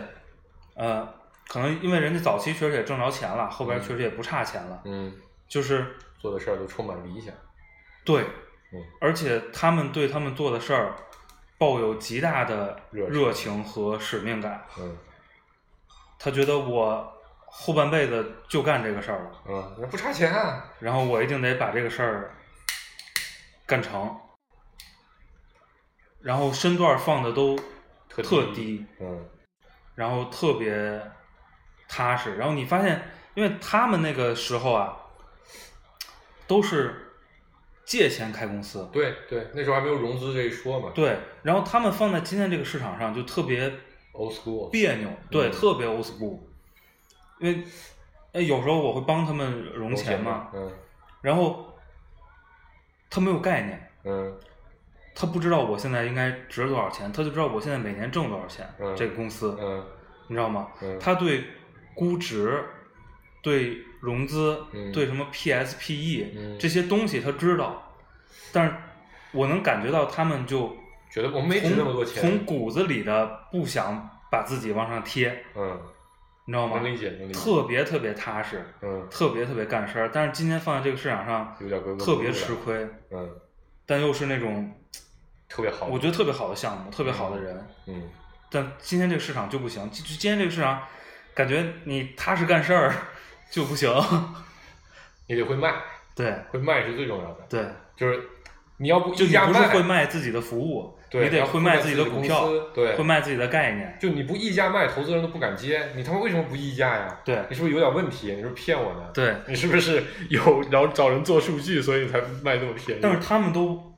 [SPEAKER 2] 呃，可能因为人家早期确实也挣着钱了，后边确实也不差钱了，
[SPEAKER 3] 嗯，
[SPEAKER 2] 就是
[SPEAKER 3] 做的事儿都充满理想，
[SPEAKER 2] 对
[SPEAKER 3] 嗯，
[SPEAKER 2] 而且他们对他们做的事儿抱有极大的
[SPEAKER 3] 热
[SPEAKER 2] 热情和使命感。
[SPEAKER 3] 嗯
[SPEAKER 2] 他觉得我后半辈子就干这个事儿了，
[SPEAKER 3] 嗯，那不差钱啊，
[SPEAKER 2] 然后我一定得把这个事儿干成，然后身段放的都
[SPEAKER 3] 特
[SPEAKER 2] 特
[SPEAKER 3] 低，
[SPEAKER 2] 低，
[SPEAKER 3] 嗯
[SPEAKER 2] 然后特别踏实。然后你发现，因为他们那个时候啊，都是借钱开公司，
[SPEAKER 3] 对对，那时候还没有融资这一说嘛，
[SPEAKER 2] 对，然后他们放在今天这个市场上就特别
[SPEAKER 3] ，old school，
[SPEAKER 2] 别扭，对，
[SPEAKER 3] 嗯
[SPEAKER 2] 特别 old school，因为。哎，有时候我会帮他们融钱嘛，
[SPEAKER 3] 嗯
[SPEAKER 2] 然后他没有概念，
[SPEAKER 3] 嗯
[SPEAKER 2] 他不知道我现在应该值多少钱，他就知道我现在每年挣多少钱。
[SPEAKER 3] 嗯
[SPEAKER 2] 这个公司，
[SPEAKER 3] 嗯
[SPEAKER 2] 你知道吗？
[SPEAKER 3] 嗯，
[SPEAKER 2] 他对估值、对融资、
[SPEAKER 3] 嗯
[SPEAKER 2] 对什么 PSPE、
[SPEAKER 3] 嗯
[SPEAKER 2] E 这些东西他知道，但是我能感觉到他们就
[SPEAKER 3] 觉得我没值那么多
[SPEAKER 2] 从从
[SPEAKER 3] 钱，
[SPEAKER 2] 骨子里的不想把自己往上贴，
[SPEAKER 3] 嗯，
[SPEAKER 2] 你知道吗
[SPEAKER 3] 能？理解能理解，
[SPEAKER 2] 特别特别踏实，
[SPEAKER 3] 嗯，
[SPEAKER 2] 特别特别干事儿。但是今天放在这个市场上，
[SPEAKER 3] 有点格格不入
[SPEAKER 2] 特
[SPEAKER 3] 了
[SPEAKER 2] 别吃亏，
[SPEAKER 3] 嗯，
[SPEAKER 2] 但又是那种
[SPEAKER 3] 特别好，
[SPEAKER 2] 我觉得特别好的项目，特别好的人，
[SPEAKER 3] 嗯，
[SPEAKER 2] 但今天这个市场就不行。今今天这个市场，感觉你踏实干事儿就不行。
[SPEAKER 3] 你得会卖，
[SPEAKER 2] 对
[SPEAKER 3] 会卖是最重要的，
[SPEAKER 2] 对，
[SPEAKER 3] 就是你要不
[SPEAKER 2] 就
[SPEAKER 3] 一
[SPEAKER 2] 你
[SPEAKER 3] 家
[SPEAKER 2] 不是
[SPEAKER 3] 卖，
[SPEAKER 2] 会卖自己的服务，
[SPEAKER 3] 对，
[SPEAKER 2] 你得
[SPEAKER 3] 然后
[SPEAKER 2] 会卖
[SPEAKER 3] 卖
[SPEAKER 2] 自己
[SPEAKER 3] 己
[SPEAKER 2] 的股
[SPEAKER 3] 公
[SPEAKER 2] 票，
[SPEAKER 3] 司，对，
[SPEAKER 2] 会卖自己的概念。
[SPEAKER 3] 就你不溢价卖，投资人都不敢接，你他妈为什么不溢价呀？
[SPEAKER 2] 对
[SPEAKER 3] 你是不是有点问题？你是不是骗我呢？
[SPEAKER 2] 对，
[SPEAKER 3] 你是不是有然后找人做数据，所以才卖这么便宜？
[SPEAKER 2] 但是他们都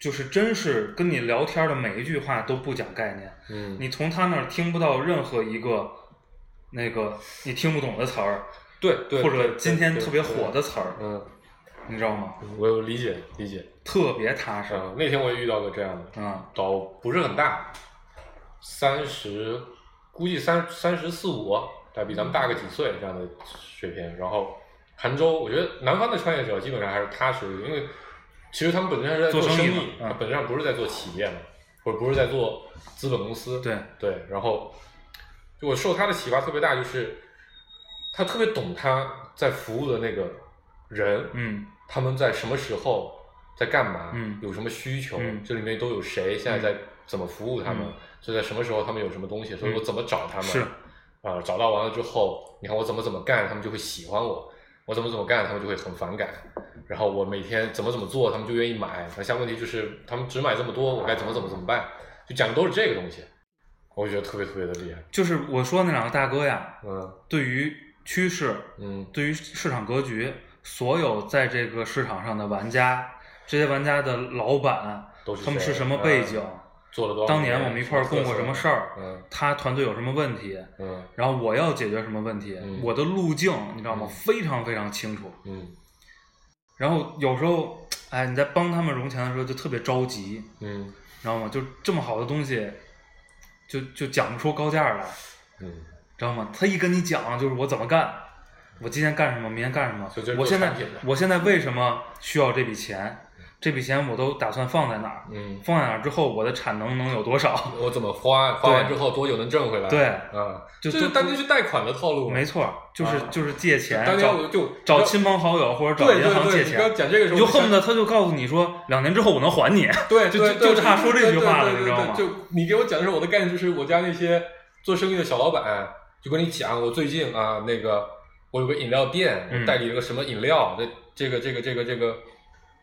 [SPEAKER 2] 就是真是跟你聊天的每一句话都不讲概念，
[SPEAKER 3] 嗯，
[SPEAKER 2] 你从他那儿听不到任何一个那个你听不懂的词儿，
[SPEAKER 3] 对对，
[SPEAKER 2] 或
[SPEAKER 3] 对
[SPEAKER 2] 者
[SPEAKER 3] 对
[SPEAKER 2] 今天
[SPEAKER 3] 对
[SPEAKER 2] 特别
[SPEAKER 3] 对
[SPEAKER 2] 火的词儿，
[SPEAKER 3] 嗯，
[SPEAKER 2] 你知道吗？
[SPEAKER 3] 我有理解理解。
[SPEAKER 2] 特别踏实。
[SPEAKER 3] 嗯啊，那天我也遇到过这样的，
[SPEAKER 2] 嗯
[SPEAKER 3] 倒不是很大，三十，估计三三十四五，但比咱们大个几岁这样的水平。然后杭州，我觉得南方的创业者基本上还是踏实一点，因为其实他们本质上是在
[SPEAKER 2] 做
[SPEAKER 3] 生
[SPEAKER 2] 生意
[SPEAKER 3] 意
[SPEAKER 2] 嘛嗯
[SPEAKER 3] 本质上不是在做企业嘛，或者不是在做资本公司。
[SPEAKER 2] 对，
[SPEAKER 3] 对，然后就我受他的启发特别大，就是他特别懂他在服务的那个人，
[SPEAKER 2] 嗯
[SPEAKER 3] 他们在什么时候在干嘛，
[SPEAKER 2] 嗯
[SPEAKER 3] 有什么需求，
[SPEAKER 2] 嗯
[SPEAKER 3] 这里面都有谁，现在在怎么服务他们，
[SPEAKER 2] 嗯
[SPEAKER 3] 所以在什么时候他们有什么东西，所以
[SPEAKER 2] 嗯
[SPEAKER 3] 我怎么找他们，
[SPEAKER 2] 是
[SPEAKER 3] 啊、找到完了之后，你看我怎么怎么干，他们就会喜欢我，我怎么怎么干，他们就会很反感，然后我每天怎么怎么做，他们就愿意买，那下问题就是他们只买这么多，我该怎么怎么怎么办，就讲的都是这个东西，我觉得特别特别的厉害，
[SPEAKER 2] 就是我说那两个大哥呀，
[SPEAKER 3] 嗯
[SPEAKER 2] 对于趋势、
[SPEAKER 3] 嗯
[SPEAKER 2] 对于市场格局，所有在这个市场上的玩家，这些玩家的老板，
[SPEAKER 3] 都是
[SPEAKER 2] 他们
[SPEAKER 3] 谁
[SPEAKER 2] 是什么背景，
[SPEAKER 3] 嗯做了多少
[SPEAKER 2] 当年我们一块儿
[SPEAKER 3] 特
[SPEAKER 2] 共过
[SPEAKER 3] 色
[SPEAKER 2] 什么事儿，
[SPEAKER 3] 嗯
[SPEAKER 2] 他团队有什么问题，
[SPEAKER 3] 嗯
[SPEAKER 2] 然后我要解决什么问题，
[SPEAKER 3] 嗯
[SPEAKER 2] 我的路径你知道吗？
[SPEAKER 3] 嗯
[SPEAKER 2] 非常非常清楚。
[SPEAKER 3] 嗯
[SPEAKER 2] 然后有时候，哎，你在帮他们融钱的时候就特别着急，
[SPEAKER 3] 嗯
[SPEAKER 2] 你知道吗？就这么好的东西，就就讲不出高价来，
[SPEAKER 3] 嗯，
[SPEAKER 2] 知道吗？他一跟你讲就是我怎么干，我今天干什么，明天干什么
[SPEAKER 3] 所以这，是
[SPEAKER 2] 我
[SPEAKER 3] 做
[SPEAKER 2] 现在
[SPEAKER 3] 产品的
[SPEAKER 2] 我现在为什么需要这笔钱？这笔钱我都打算放在哪儿？
[SPEAKER 3] 嗯，
[SPEAKER 2] 放在哪儿之后，我的产能能有多少？
[SPEAKER 3] 我怎么花，花完之后多久能挣回来？
[SPEAKER 2] 对
[SPEAKER 3] 啊，
[SPEAKER 2] 就
[SPEAKER 3] 这就
[SPEAKER 2] 都
[SPEAKER 3] 当年是贷款的套路嘛，
[SPEAKER 2] 没错，就是、
[SPEAKER 3] 啊
[SPEAKER 2] 就是借钱，
[SPEAKER 3] 当年
[SPEAKER 2] 找
[SPEAKER 3] 我就
[SPEAKER 2] 找亲朋好友或者找
[SPEAKER 3] 对
[SPEAKER 2] 银行借
[SPEAKER 3] 对对，你
[SPEAKER 2] 钱，
[SPEAKER 3] 刚讲这个时
[SPEAKER 2] 你
[SPEAKER 3] 候，
[SPEAKER 2] 就恨不得他就告诉你说，两年之后我能还你。
[SPEAKER 3] 对，
[SPEAKER 2] 就
[SPEAKER 3] 对
[SPEAKER 2] 就
[SPEAKER 3] 对
[SPEAKER 2] 就差说这句话了你
[SPEAKER 3] 对对对
[SPEAKER 2] 知道吗
[SPEAKER 3] 对就你给我讲的时候，我的概念就是我家那些做生意的小老板，就跟你讲，我最近啊，那个我有个饮料店，
[SPEAKER 2] 嗯
[SPEAKER 3] 我代理了个什么饮料，这这个这个这个这个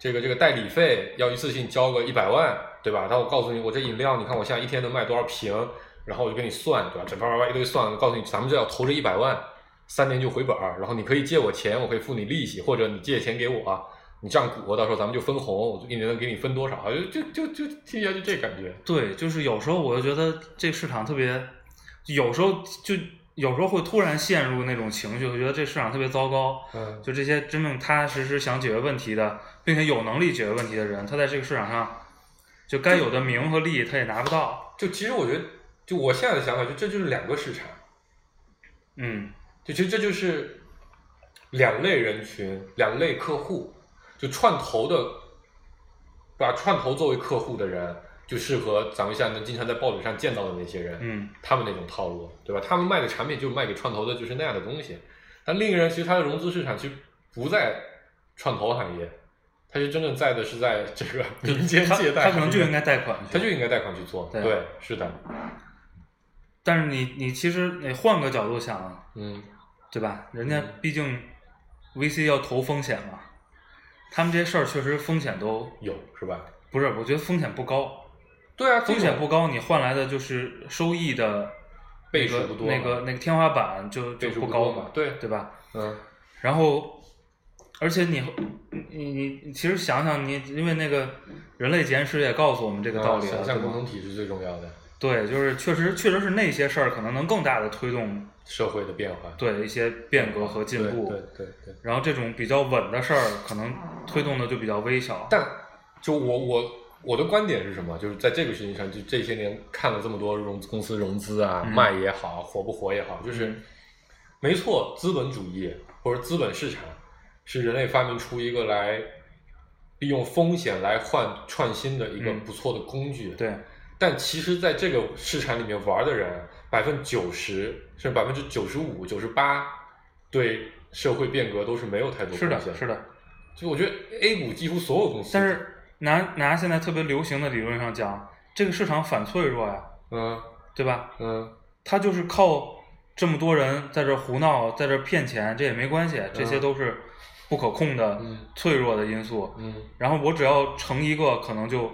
[SPEAKER 3] 这个这个代理费要一次性交个一百万，对吧？然后我告诉你，我这饮料，你看我现在一天能卖多少瓶，然后我就给你算，对吧？整叭叭叭一堆算，告诉你，咱们这要投这一百万。三年就回本儿，然后你可以借我钱，我可以付你利息，或者你借钱给我、你账股，到时候咱们就分红，我一年能给你分多少？就就就就听起来就这感觉。
[SPEAKER 2] 对，就是有时候我就觉得这市场特别，有时候就有时候会突然陷入那种情绪，我觉得这市场特别糟糕。
[SPEAKER 3] 嗯
[SPEAKER 2] 就这些真正踏踏实实想解决问题的，并且有能力解决问题的人，他在这个市场上，就该有的名和利他也拿不到。
[SPEAKER 3] 就其实我觉得，就我现在的想法，就这就是两个市场，
[SPEAKER 2] 嗯
[SPEAKER 3] 就其实这就是两类人群、两类客户。就串投的，把串投作为客户的人，就适合咱们现在能经常在报纸上见到的那些人。
[SPEAKER 2] 嗯，
[SPEAKER 3] 他们那种套路，对吧？他们卖的产品就卖给创投的，就是那样的东西。但另一个人其实他的融资市场其实不在创投行业，他是真正在的是在这个民
[SPEAKER 2] 嗯
[SPEAKER 3] 间
[SPEAKER 2] 他
[SPEAKER 3] 借贷
[SPEAKER 2] 他
[SPEAKER 3] 行业
[SPEAKER 2] 可能就应该，贷款去，
[SPEAKER 3] 他就应该贷款去做。
[SPEAKER 2] 对
[SPEAKER 3] 对，是的，
[SPEAKER 2] 但是你你其实你换个角度想，啊
[SPEAKER 3] 嗯
[SPEAKER 2] 对吧？人家
[SPEAKER 3] 嗯
[SPEAKER 2] 毕竟 VC 要投风险嘛，他们这些事儿确实风险都
[SPEAKER 3] 有是吧？
[SPEAKER 2] 不是，我觉得风险不高，
[SPEAKER 3] 对啊，这种
[SPEAKER 2] 风险不高，你换来的就是收益的
[SPEAKER 3] 倍
[SPEAKER 2] 那
[SPEAKER 3] 数
[SPEAKER 2] 个
[SPEAKER 3] 不多
[SPEAKER 2] 那个那个天花板就就
[SPEAKER 3] 倍数
[SPEAKER 2] 不
[SPEAKER 3] 不
[SPEAKER 2] 高
[SPEAKER 3] 多嘛对
[SPEAKER 2] 对吧？
[SPEAKER 3] 嗯
[SPEAKER 2] 然后，而且你你你你其实想想你，因为那个人类简史也告诉我们这
[SPEAKER 3] 这
[SPEAKER 2] 个道理了，
[SPEAKER 3] 想
[SPEAKER 2] 对
[SPEAKER 3] 象
[SPEAKER 2] 吧
[SPEAKER 3] 共同体是最重要的，
[SPEAKER 2] 对，就是确实确实是那些事儿可能能更大的推动
[SPEAKER 3] 社会的变化，
[SPEAKER 2] 对一些变革和进步。
[SPEAKER 3] 对对对对。
[SPEAKER 2] 然后这种比较稳的事儿，可能推动的就比较微小。
[SPEAKER 3] 但就我我我的观点是什么？就是在这个事情上，就这些年看了这么多融公司融资啊，
[SPEAKER 2] 嗯
[SPEAKER 3] 卖也好，火不火也好，就是
[SPEAKER 2] 嗯
[SPEAKER 3] 没错，资本主义或者资本市场是人类发明出一个来利用风险来换创新的一个
[SPEAKER 2] 嗯
[SPEAKER 3] 不错的工具。
[SPEAKER 2] 对，
[SPEAKER 3] 但其实，在这个市场里面玩的人，百分之九十甚至百分之九十五、九十八，对社会变革都是没有太多
[SPEAKER 2] 是
[SPEAKER 3] 贡
[SPEAKER 2] 的，
[SPEAKER 3] 献。
[SPEAKER 2] 是
[SPEAKER 3] 的。
[SPEAKER 2] 的。
[SPEAKER 3] 就我觉得 A 股几乎所有公司，
[SPEAKER 2] 但是拿拿现在特别流行的理论上讲，这个市场反脆弱呀，
[SPEAKER 3] 嗯
[SPEAKER 2] 对吧？
[SPEAKER 3] 嗯，
[SPEAKER 2] 它就是靠这么多人在这儿胡闹，在这儿骗钱，这也没关系，这些
[SPEAKER 3] 嗯
[SPEAKER 2] 都是不可控的
[SPEAKER 3] 嗯
[SPEAKER 2] 脆弱的因素。
[SPEAKER 3] 嗯，
[SPEAKER 2] 然后我只要成一个，可能就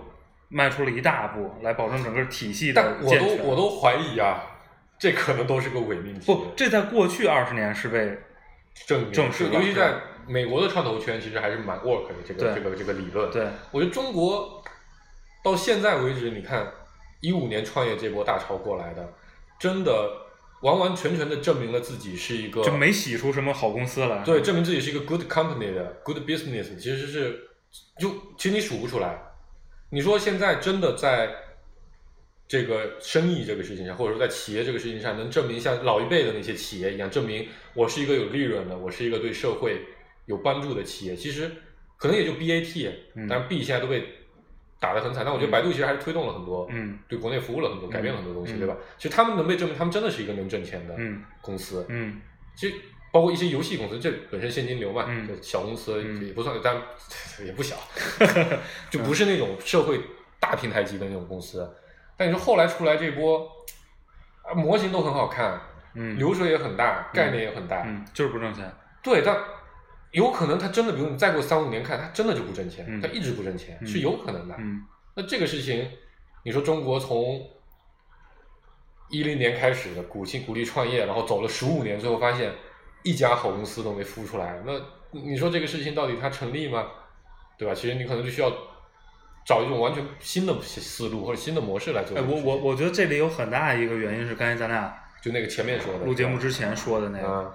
[SPEAKER 2] 迈出了一大步，来保证整个体系的
[SPEAKER 3] 但我
[SPEAKER 2] 健
[SPEAKER 3] 都
[SPEAKER 2] 全。
[SPEAKER 3] 我都怀疑啊，这可能都是个伪命题。
[SPEAKER 2] 不，这在过去二十年是被
[SPEAKER 3] 证明
[SPEAKER 2] 正式
[SPEAKER 3] 就
[SPEAKER 2] 吧
[SPEAKER 3] 尤其
[SPEAKER 2] 是
[SPEAKER 3] 在美国的创投圈，其实还是蛮 work 的这个
[SPEAKER 2] 对
[SPEAKER 3] 这个这个理论。，
[SPEAKER 2] 对
[SPEAKER 3] 我觉得中国到现在为止，你看一五年创业这波大潮过来的，真的完完全全的证明了自己是一个
[SPEAKER 2] 就没洗出什么好公司来。
[SPEAKER 3] 对，证明自己是一个 good company 的 good business，其实是就其实你数不出来。你说现在真的在这个生意这个事情上，或者说在企业这个事情上，能证明像老一辈的那些企业一样，证明我是一个有利润的，我是一个对社会有帮助的企业。其实可能也就 BAT，
[SPEAKER 2] 嗯
[SPEAKER 3] 啊但是 B 现在都被打得很惨。但我觉得
[SPEAKER 2] 嗯
[SPEAKER 3] 百度其实还是推动了很多，
[SPEAKER 2] 嗯
[SPEAKER 3] 对国内服务了很多，改变了很多东西，
[SPEAKER 2] 嗯
[SPEAKER 3] 对吧？其实他们能被证明，他们真的是一个能挣钱的
[SPEAKER 2] 嗯
[SPEAKER 3] 公司。
[SPEAKER 2] 嗯
[SPEAKER 3] 其实包括一些游戏公司，这本身现金流嘛，
[SPEAKER 2] 嗯
[SPEAKER 3] 就小公司
[SPEAKER 2] 嗯
[SPEAKER 3] 也不算，但 也 不小，就不是那种社会大平台级的那种公司。但你说后来出来这波，啊模型都很好看，
[SPEAKER 2] 嗯，
[SPEAKER 3] 流水也很大，概念也很大，
[SPEAKER 2] 嗯就是不挣钱，
[SPEAKER 3] 对，但有可能它真的，比如你再过三五年看，它真的就不挣钱，
[SPEAKER 2] 嗯
[SPEAKER 3] 它一直不挣钱、
[SPEAKER 2] 嗯
[SPEAKER 3] 是有可能的。
[SPEAKER 2] 嗯
[SPEAKER 3] 那这个事情，你说中国从一零年开始的鼓励鼓励创业，然后走了十五年，最后发现一家好公司都没孵出来，那你说这个事情到底它成立吗？对吧？其实你可能就需要找一种完全新的思路或者新的模式来做
[SPEAKER 2] 哎，
[SPEAKER 3] 这个
[SPEAKER 2] 我
[SPEAKER 3] 事情。
[SPEAKER 2] 我我觉得这里有很大一个原因是刚才咱俩
[SPEAKER 3] 就那个前面说的
[SPEAKER 2] 录节目之前说的那个
[SPEAKER 3] 啊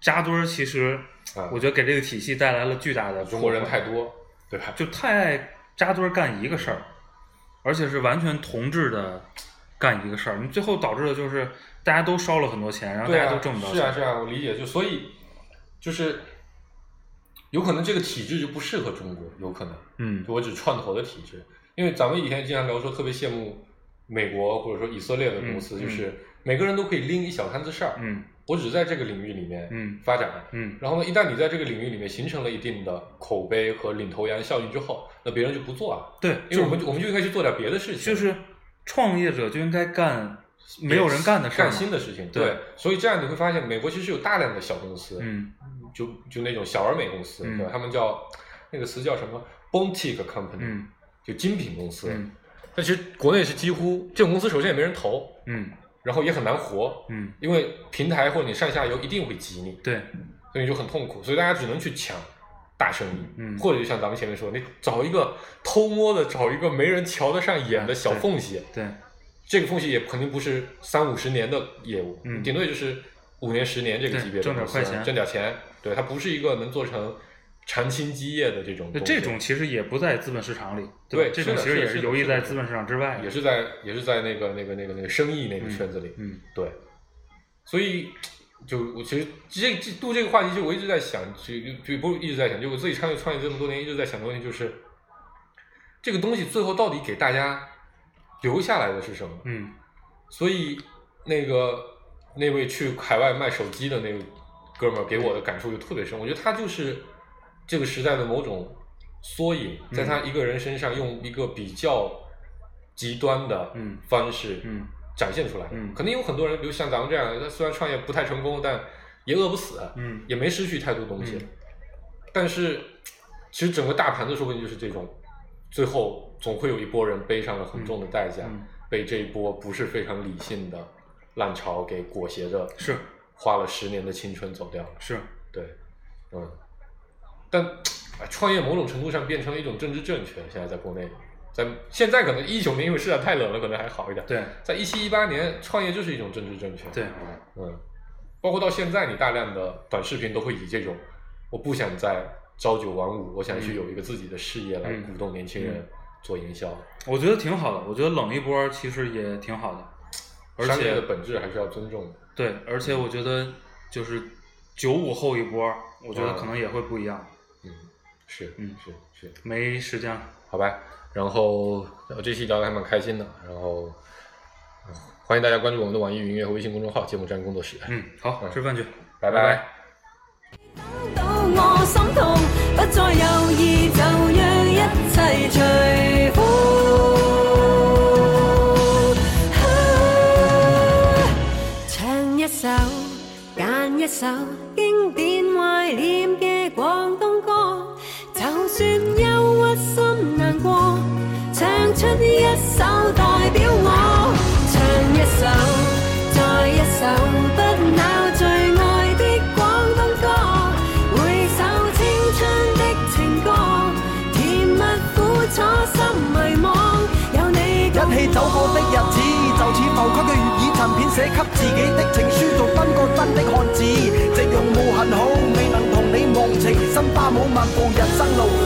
[SPEAKER 2] 扎堆儿，其实
[SPEAKER 3] 啊，
[SPEAKER 2] 我觉得给这个体系带来了巨大的
[SPEAKER 3] 中国人
[SPEAKER 2] 破坏
[SPEAKER 3] 太多，对吧？
[SPEAKER 2] 就太爱扎堆儿干一个事儿，而且是完全同质的干一个事儿，你最后导致的就是大家都烧了很多钱，然后大
[SPEAKER 3] 对
[SPEAKER 2] 家
[SPEAKER 3] 啊，
[SPEAKER 2] 都挣不到
[SPEAKER 3] 是
[SPEAKER 2] 钱。
[SPEAKER 3] 啊，是啊，我理解。就所以就是有可能这个体制就不适合中国，有可能。
[SPEAKER 2] 嗯
[SPEAKER 3] 就我只创投的体制，因为咱们以前经常聊说特别羡慕美国或者说以色列的公司，
[SPEAKER 2] 嗯
[SPEAKER 3] 就是每个人都可以拎一小摊子事儿，
[SPEAKER 2] 嗯
[SPEAKER 3] 我只在这个领域里面
[SPEAKER 2] 嗯
[SPEAKER 3] 发展。
[SPEAKER 2] 嗯
[SPEAKER 3] 然后呢，一旦你在这个领域里面形成了一定的口碑和领头羊效应之后，那别人就不做了，
[SPEAKER 2] 对，
[SPEAKER 3] 因为
[SPEAKER 2] 就
[SPEAKER 3] 我们就我们就应该去做点别的事情，
[SPEAKER 2] 就是创业者就应该干没有人干的事儿嘛，
[SPEAKER 3] 干新的事情。
[SPEAKER 2] 对
[SPEAKER 3] 对，所以这样你会发现，美国其实有大量的小公司，
[SPEAKER 2] 嗯
[SPEAKER 3] 就就那种小而美公司，
[SPEAKER 2] 嗯
[SPEAKER 3] 对吧？他们叫那个词叫什么 boutique company，、
[SPEAKER 2] 嗯
[SPEAKER 3] 就精品公司。
[SPEAKER 2] 嗯
[SPEAKER 3] 但其实国内是几乎这种公司，首先也没人投，
[SPEAKER 2] 嗯
[SPEAKER 3] 然后也很难活，
[SPEAKER 2] 嗯，
[SPEAKER 3] 因为平台或者你上下游一定会挤你，
[SPEAKER 2] 对，
[SPEAKER 3] 所以你就很痛苦，所以大家只能去抢大生意，
[SPEAKER 2] 嗯
[SPEAKER 3] 或者就像咱们前面说，你找一个偷摸的，找一个没人瞧得上眼的小缝隙，
[SPEAKER 2] 嗯对，
[SPEAKER 3] 这个缝隙也肯定不是三五十年的业务，
[SPEAKER 2] 嗯
[SPEAKER 3] 顶多也就是五年、十年这个
[SPEAKER 2] 对
[SPEAKER 3] 级别的
[SPEAKER 2] 挣点
[SPEAKER 3] 公司啊
[SPEAKER 2] 快钱
[SPEAKER 3] 挣点钱，对，它不是一个能做成长青基业的这种
[SPEAKER 2] 那
[SPEAKER 3] 东西，
[SPEAKER 2] 这种其实也不在资本市场里，吧
[SPEAKER 3] 对
[SPEAKER 2] 这
[SPEAKER 3] 是
[SPEAKER 2] 种
[SPEAKER 3] 的
[SPEAKER 2] 其实
[SPEAKER 3] 是
[SPEAKER 2] 也
[SPEAKER 3] 的是的
[SPEAKER 2] 游
[SPEAKER 3] 是
[SPEAKER 2] 弋
[SPEAKER 3] 的
[SPEAKER 2] 在
[SPEAKER 3] 是的
[SPEAKER 2] 资本市场之外的，
[SPEAKER 3] 也是在也是在那个那个那个那个生意那个圈子里，
[SPEAKER 2] 嗯
[SPEAKER 3] 对，所以就我其实这这录这个话题，就我一直在想，就就就不是一直在想，就我自己创业创业这么多年，一直在想的问题就是，这个东西最后到底给大家留下来的是什么？
[SPEAKER 2] 嗯
[SPEAKER 3] 所以那个那位去海外卖手机的那位哥们儿给我的感触就特别深，我觉得他就是这个时代的某种缩影，
[SPEAKER 2] 嗯
[SPEAKER 3] 在他一个人身上用一个比较极端的
[SPEAKER 2] 嗯
[SPEAKER 3] 方式
[SPEAKER 2] 嗯
[SPEAKER 3] 展现出来。
[SPEAKER 2] 嗯
[SPEAKER 3] 可能有很多人，比如像咱们这样，他虽然创业不太成功，但也饿不死，
[SPEAKER 2] 嗯
[SPEAKER 3] 也没失去太多东西。
[SPEAKER 2] 嗯
[SPEAKER 3] 但是，其实整个大盘子说不定就是这种，最后总会有一波人背上了很重的代价。
[SPEAKER 2] 嗯，
[SPEAKER 3] 被这一波不是非常理性的浪潮给裹挟着，
[SPEAKER 2] 嗯是
[SPEAKER 3] 花了十年的青春走掉了。
[SPEAKER 2] 是，
[SPEAKER 3] 对，嗯，但哎创业某种程度上变成了一种政治正确。现在在国内，在现在可能一九年因为市场太冷了，可能还好一点。，
[SPEAKER 2] 对
[SPEAKER 3] 在一七一八年，创业就是一种政治正确。
[SPEAKER 2] 对，
[SPEAKER 3] 嗯，包括到现在，你大量的短视频都会以这种我不想再朝九晚五，我想去
[SPEAKER 2] 嗯
[SPEAKER 3] 有一个自己的事业来
[SPEAKER 2] 嗯
[SPEAKER 3] 鼓动年轻人
[SPEAKER 2] 嗯
[SPEAKER 3] 做营销。
[SPEAKER 2] 我觉得挺好的，我觉得冷一波儿其实也挺好的，而
[SPEAKER 3] 商业
[SPEAKER 2] 且
[SPEAKER 3] 的本质还是要尊重的。
[SPEAKER 2] 对，而且我觉得就是九五后一波儿，我觉得
[SPEAKER 3] 嗯
[SPEAKER 2] 可能也会不一样，
[SPEAKER 3] 嗯，是，
[SPEAKER 2] 嗯
[SPEAKER 3] 是是，
[SPEAKER 2] 没时间了。
[SPEAKER 3] 好吧。然后呃这期聊的还蛮开心的，然后呃欢迎大家关注我们的网易云音乐和微信公众号“芥末站工作室”。
[SPEAKER 2] 嗯，好，
[SPEAKER 3] 嗯
[SPEAKER 2] 吃饭去，拜
[SPEAKER 3] 拜拜
[SPEAKER 2] 拜
[SPEAKER 4] 到我心痛，不再猶豫，就讓一切隨風。啊唱一首，揀一首經典懷念嘅廣東歌，就算憂鬱心難過，唱出一首代表我。唱一首，再一首，不朽最愛的廣東歌，回首青春的情歌，甜蜜苦楚心迷惘，有你
[SPEAKER 5] 一起走過的日子，就似浮誇嘅粵語殘片，寫給自己的情書，做真個真的漢子。夕陽無限好，未能同你忘情，心花舞漫步人生路，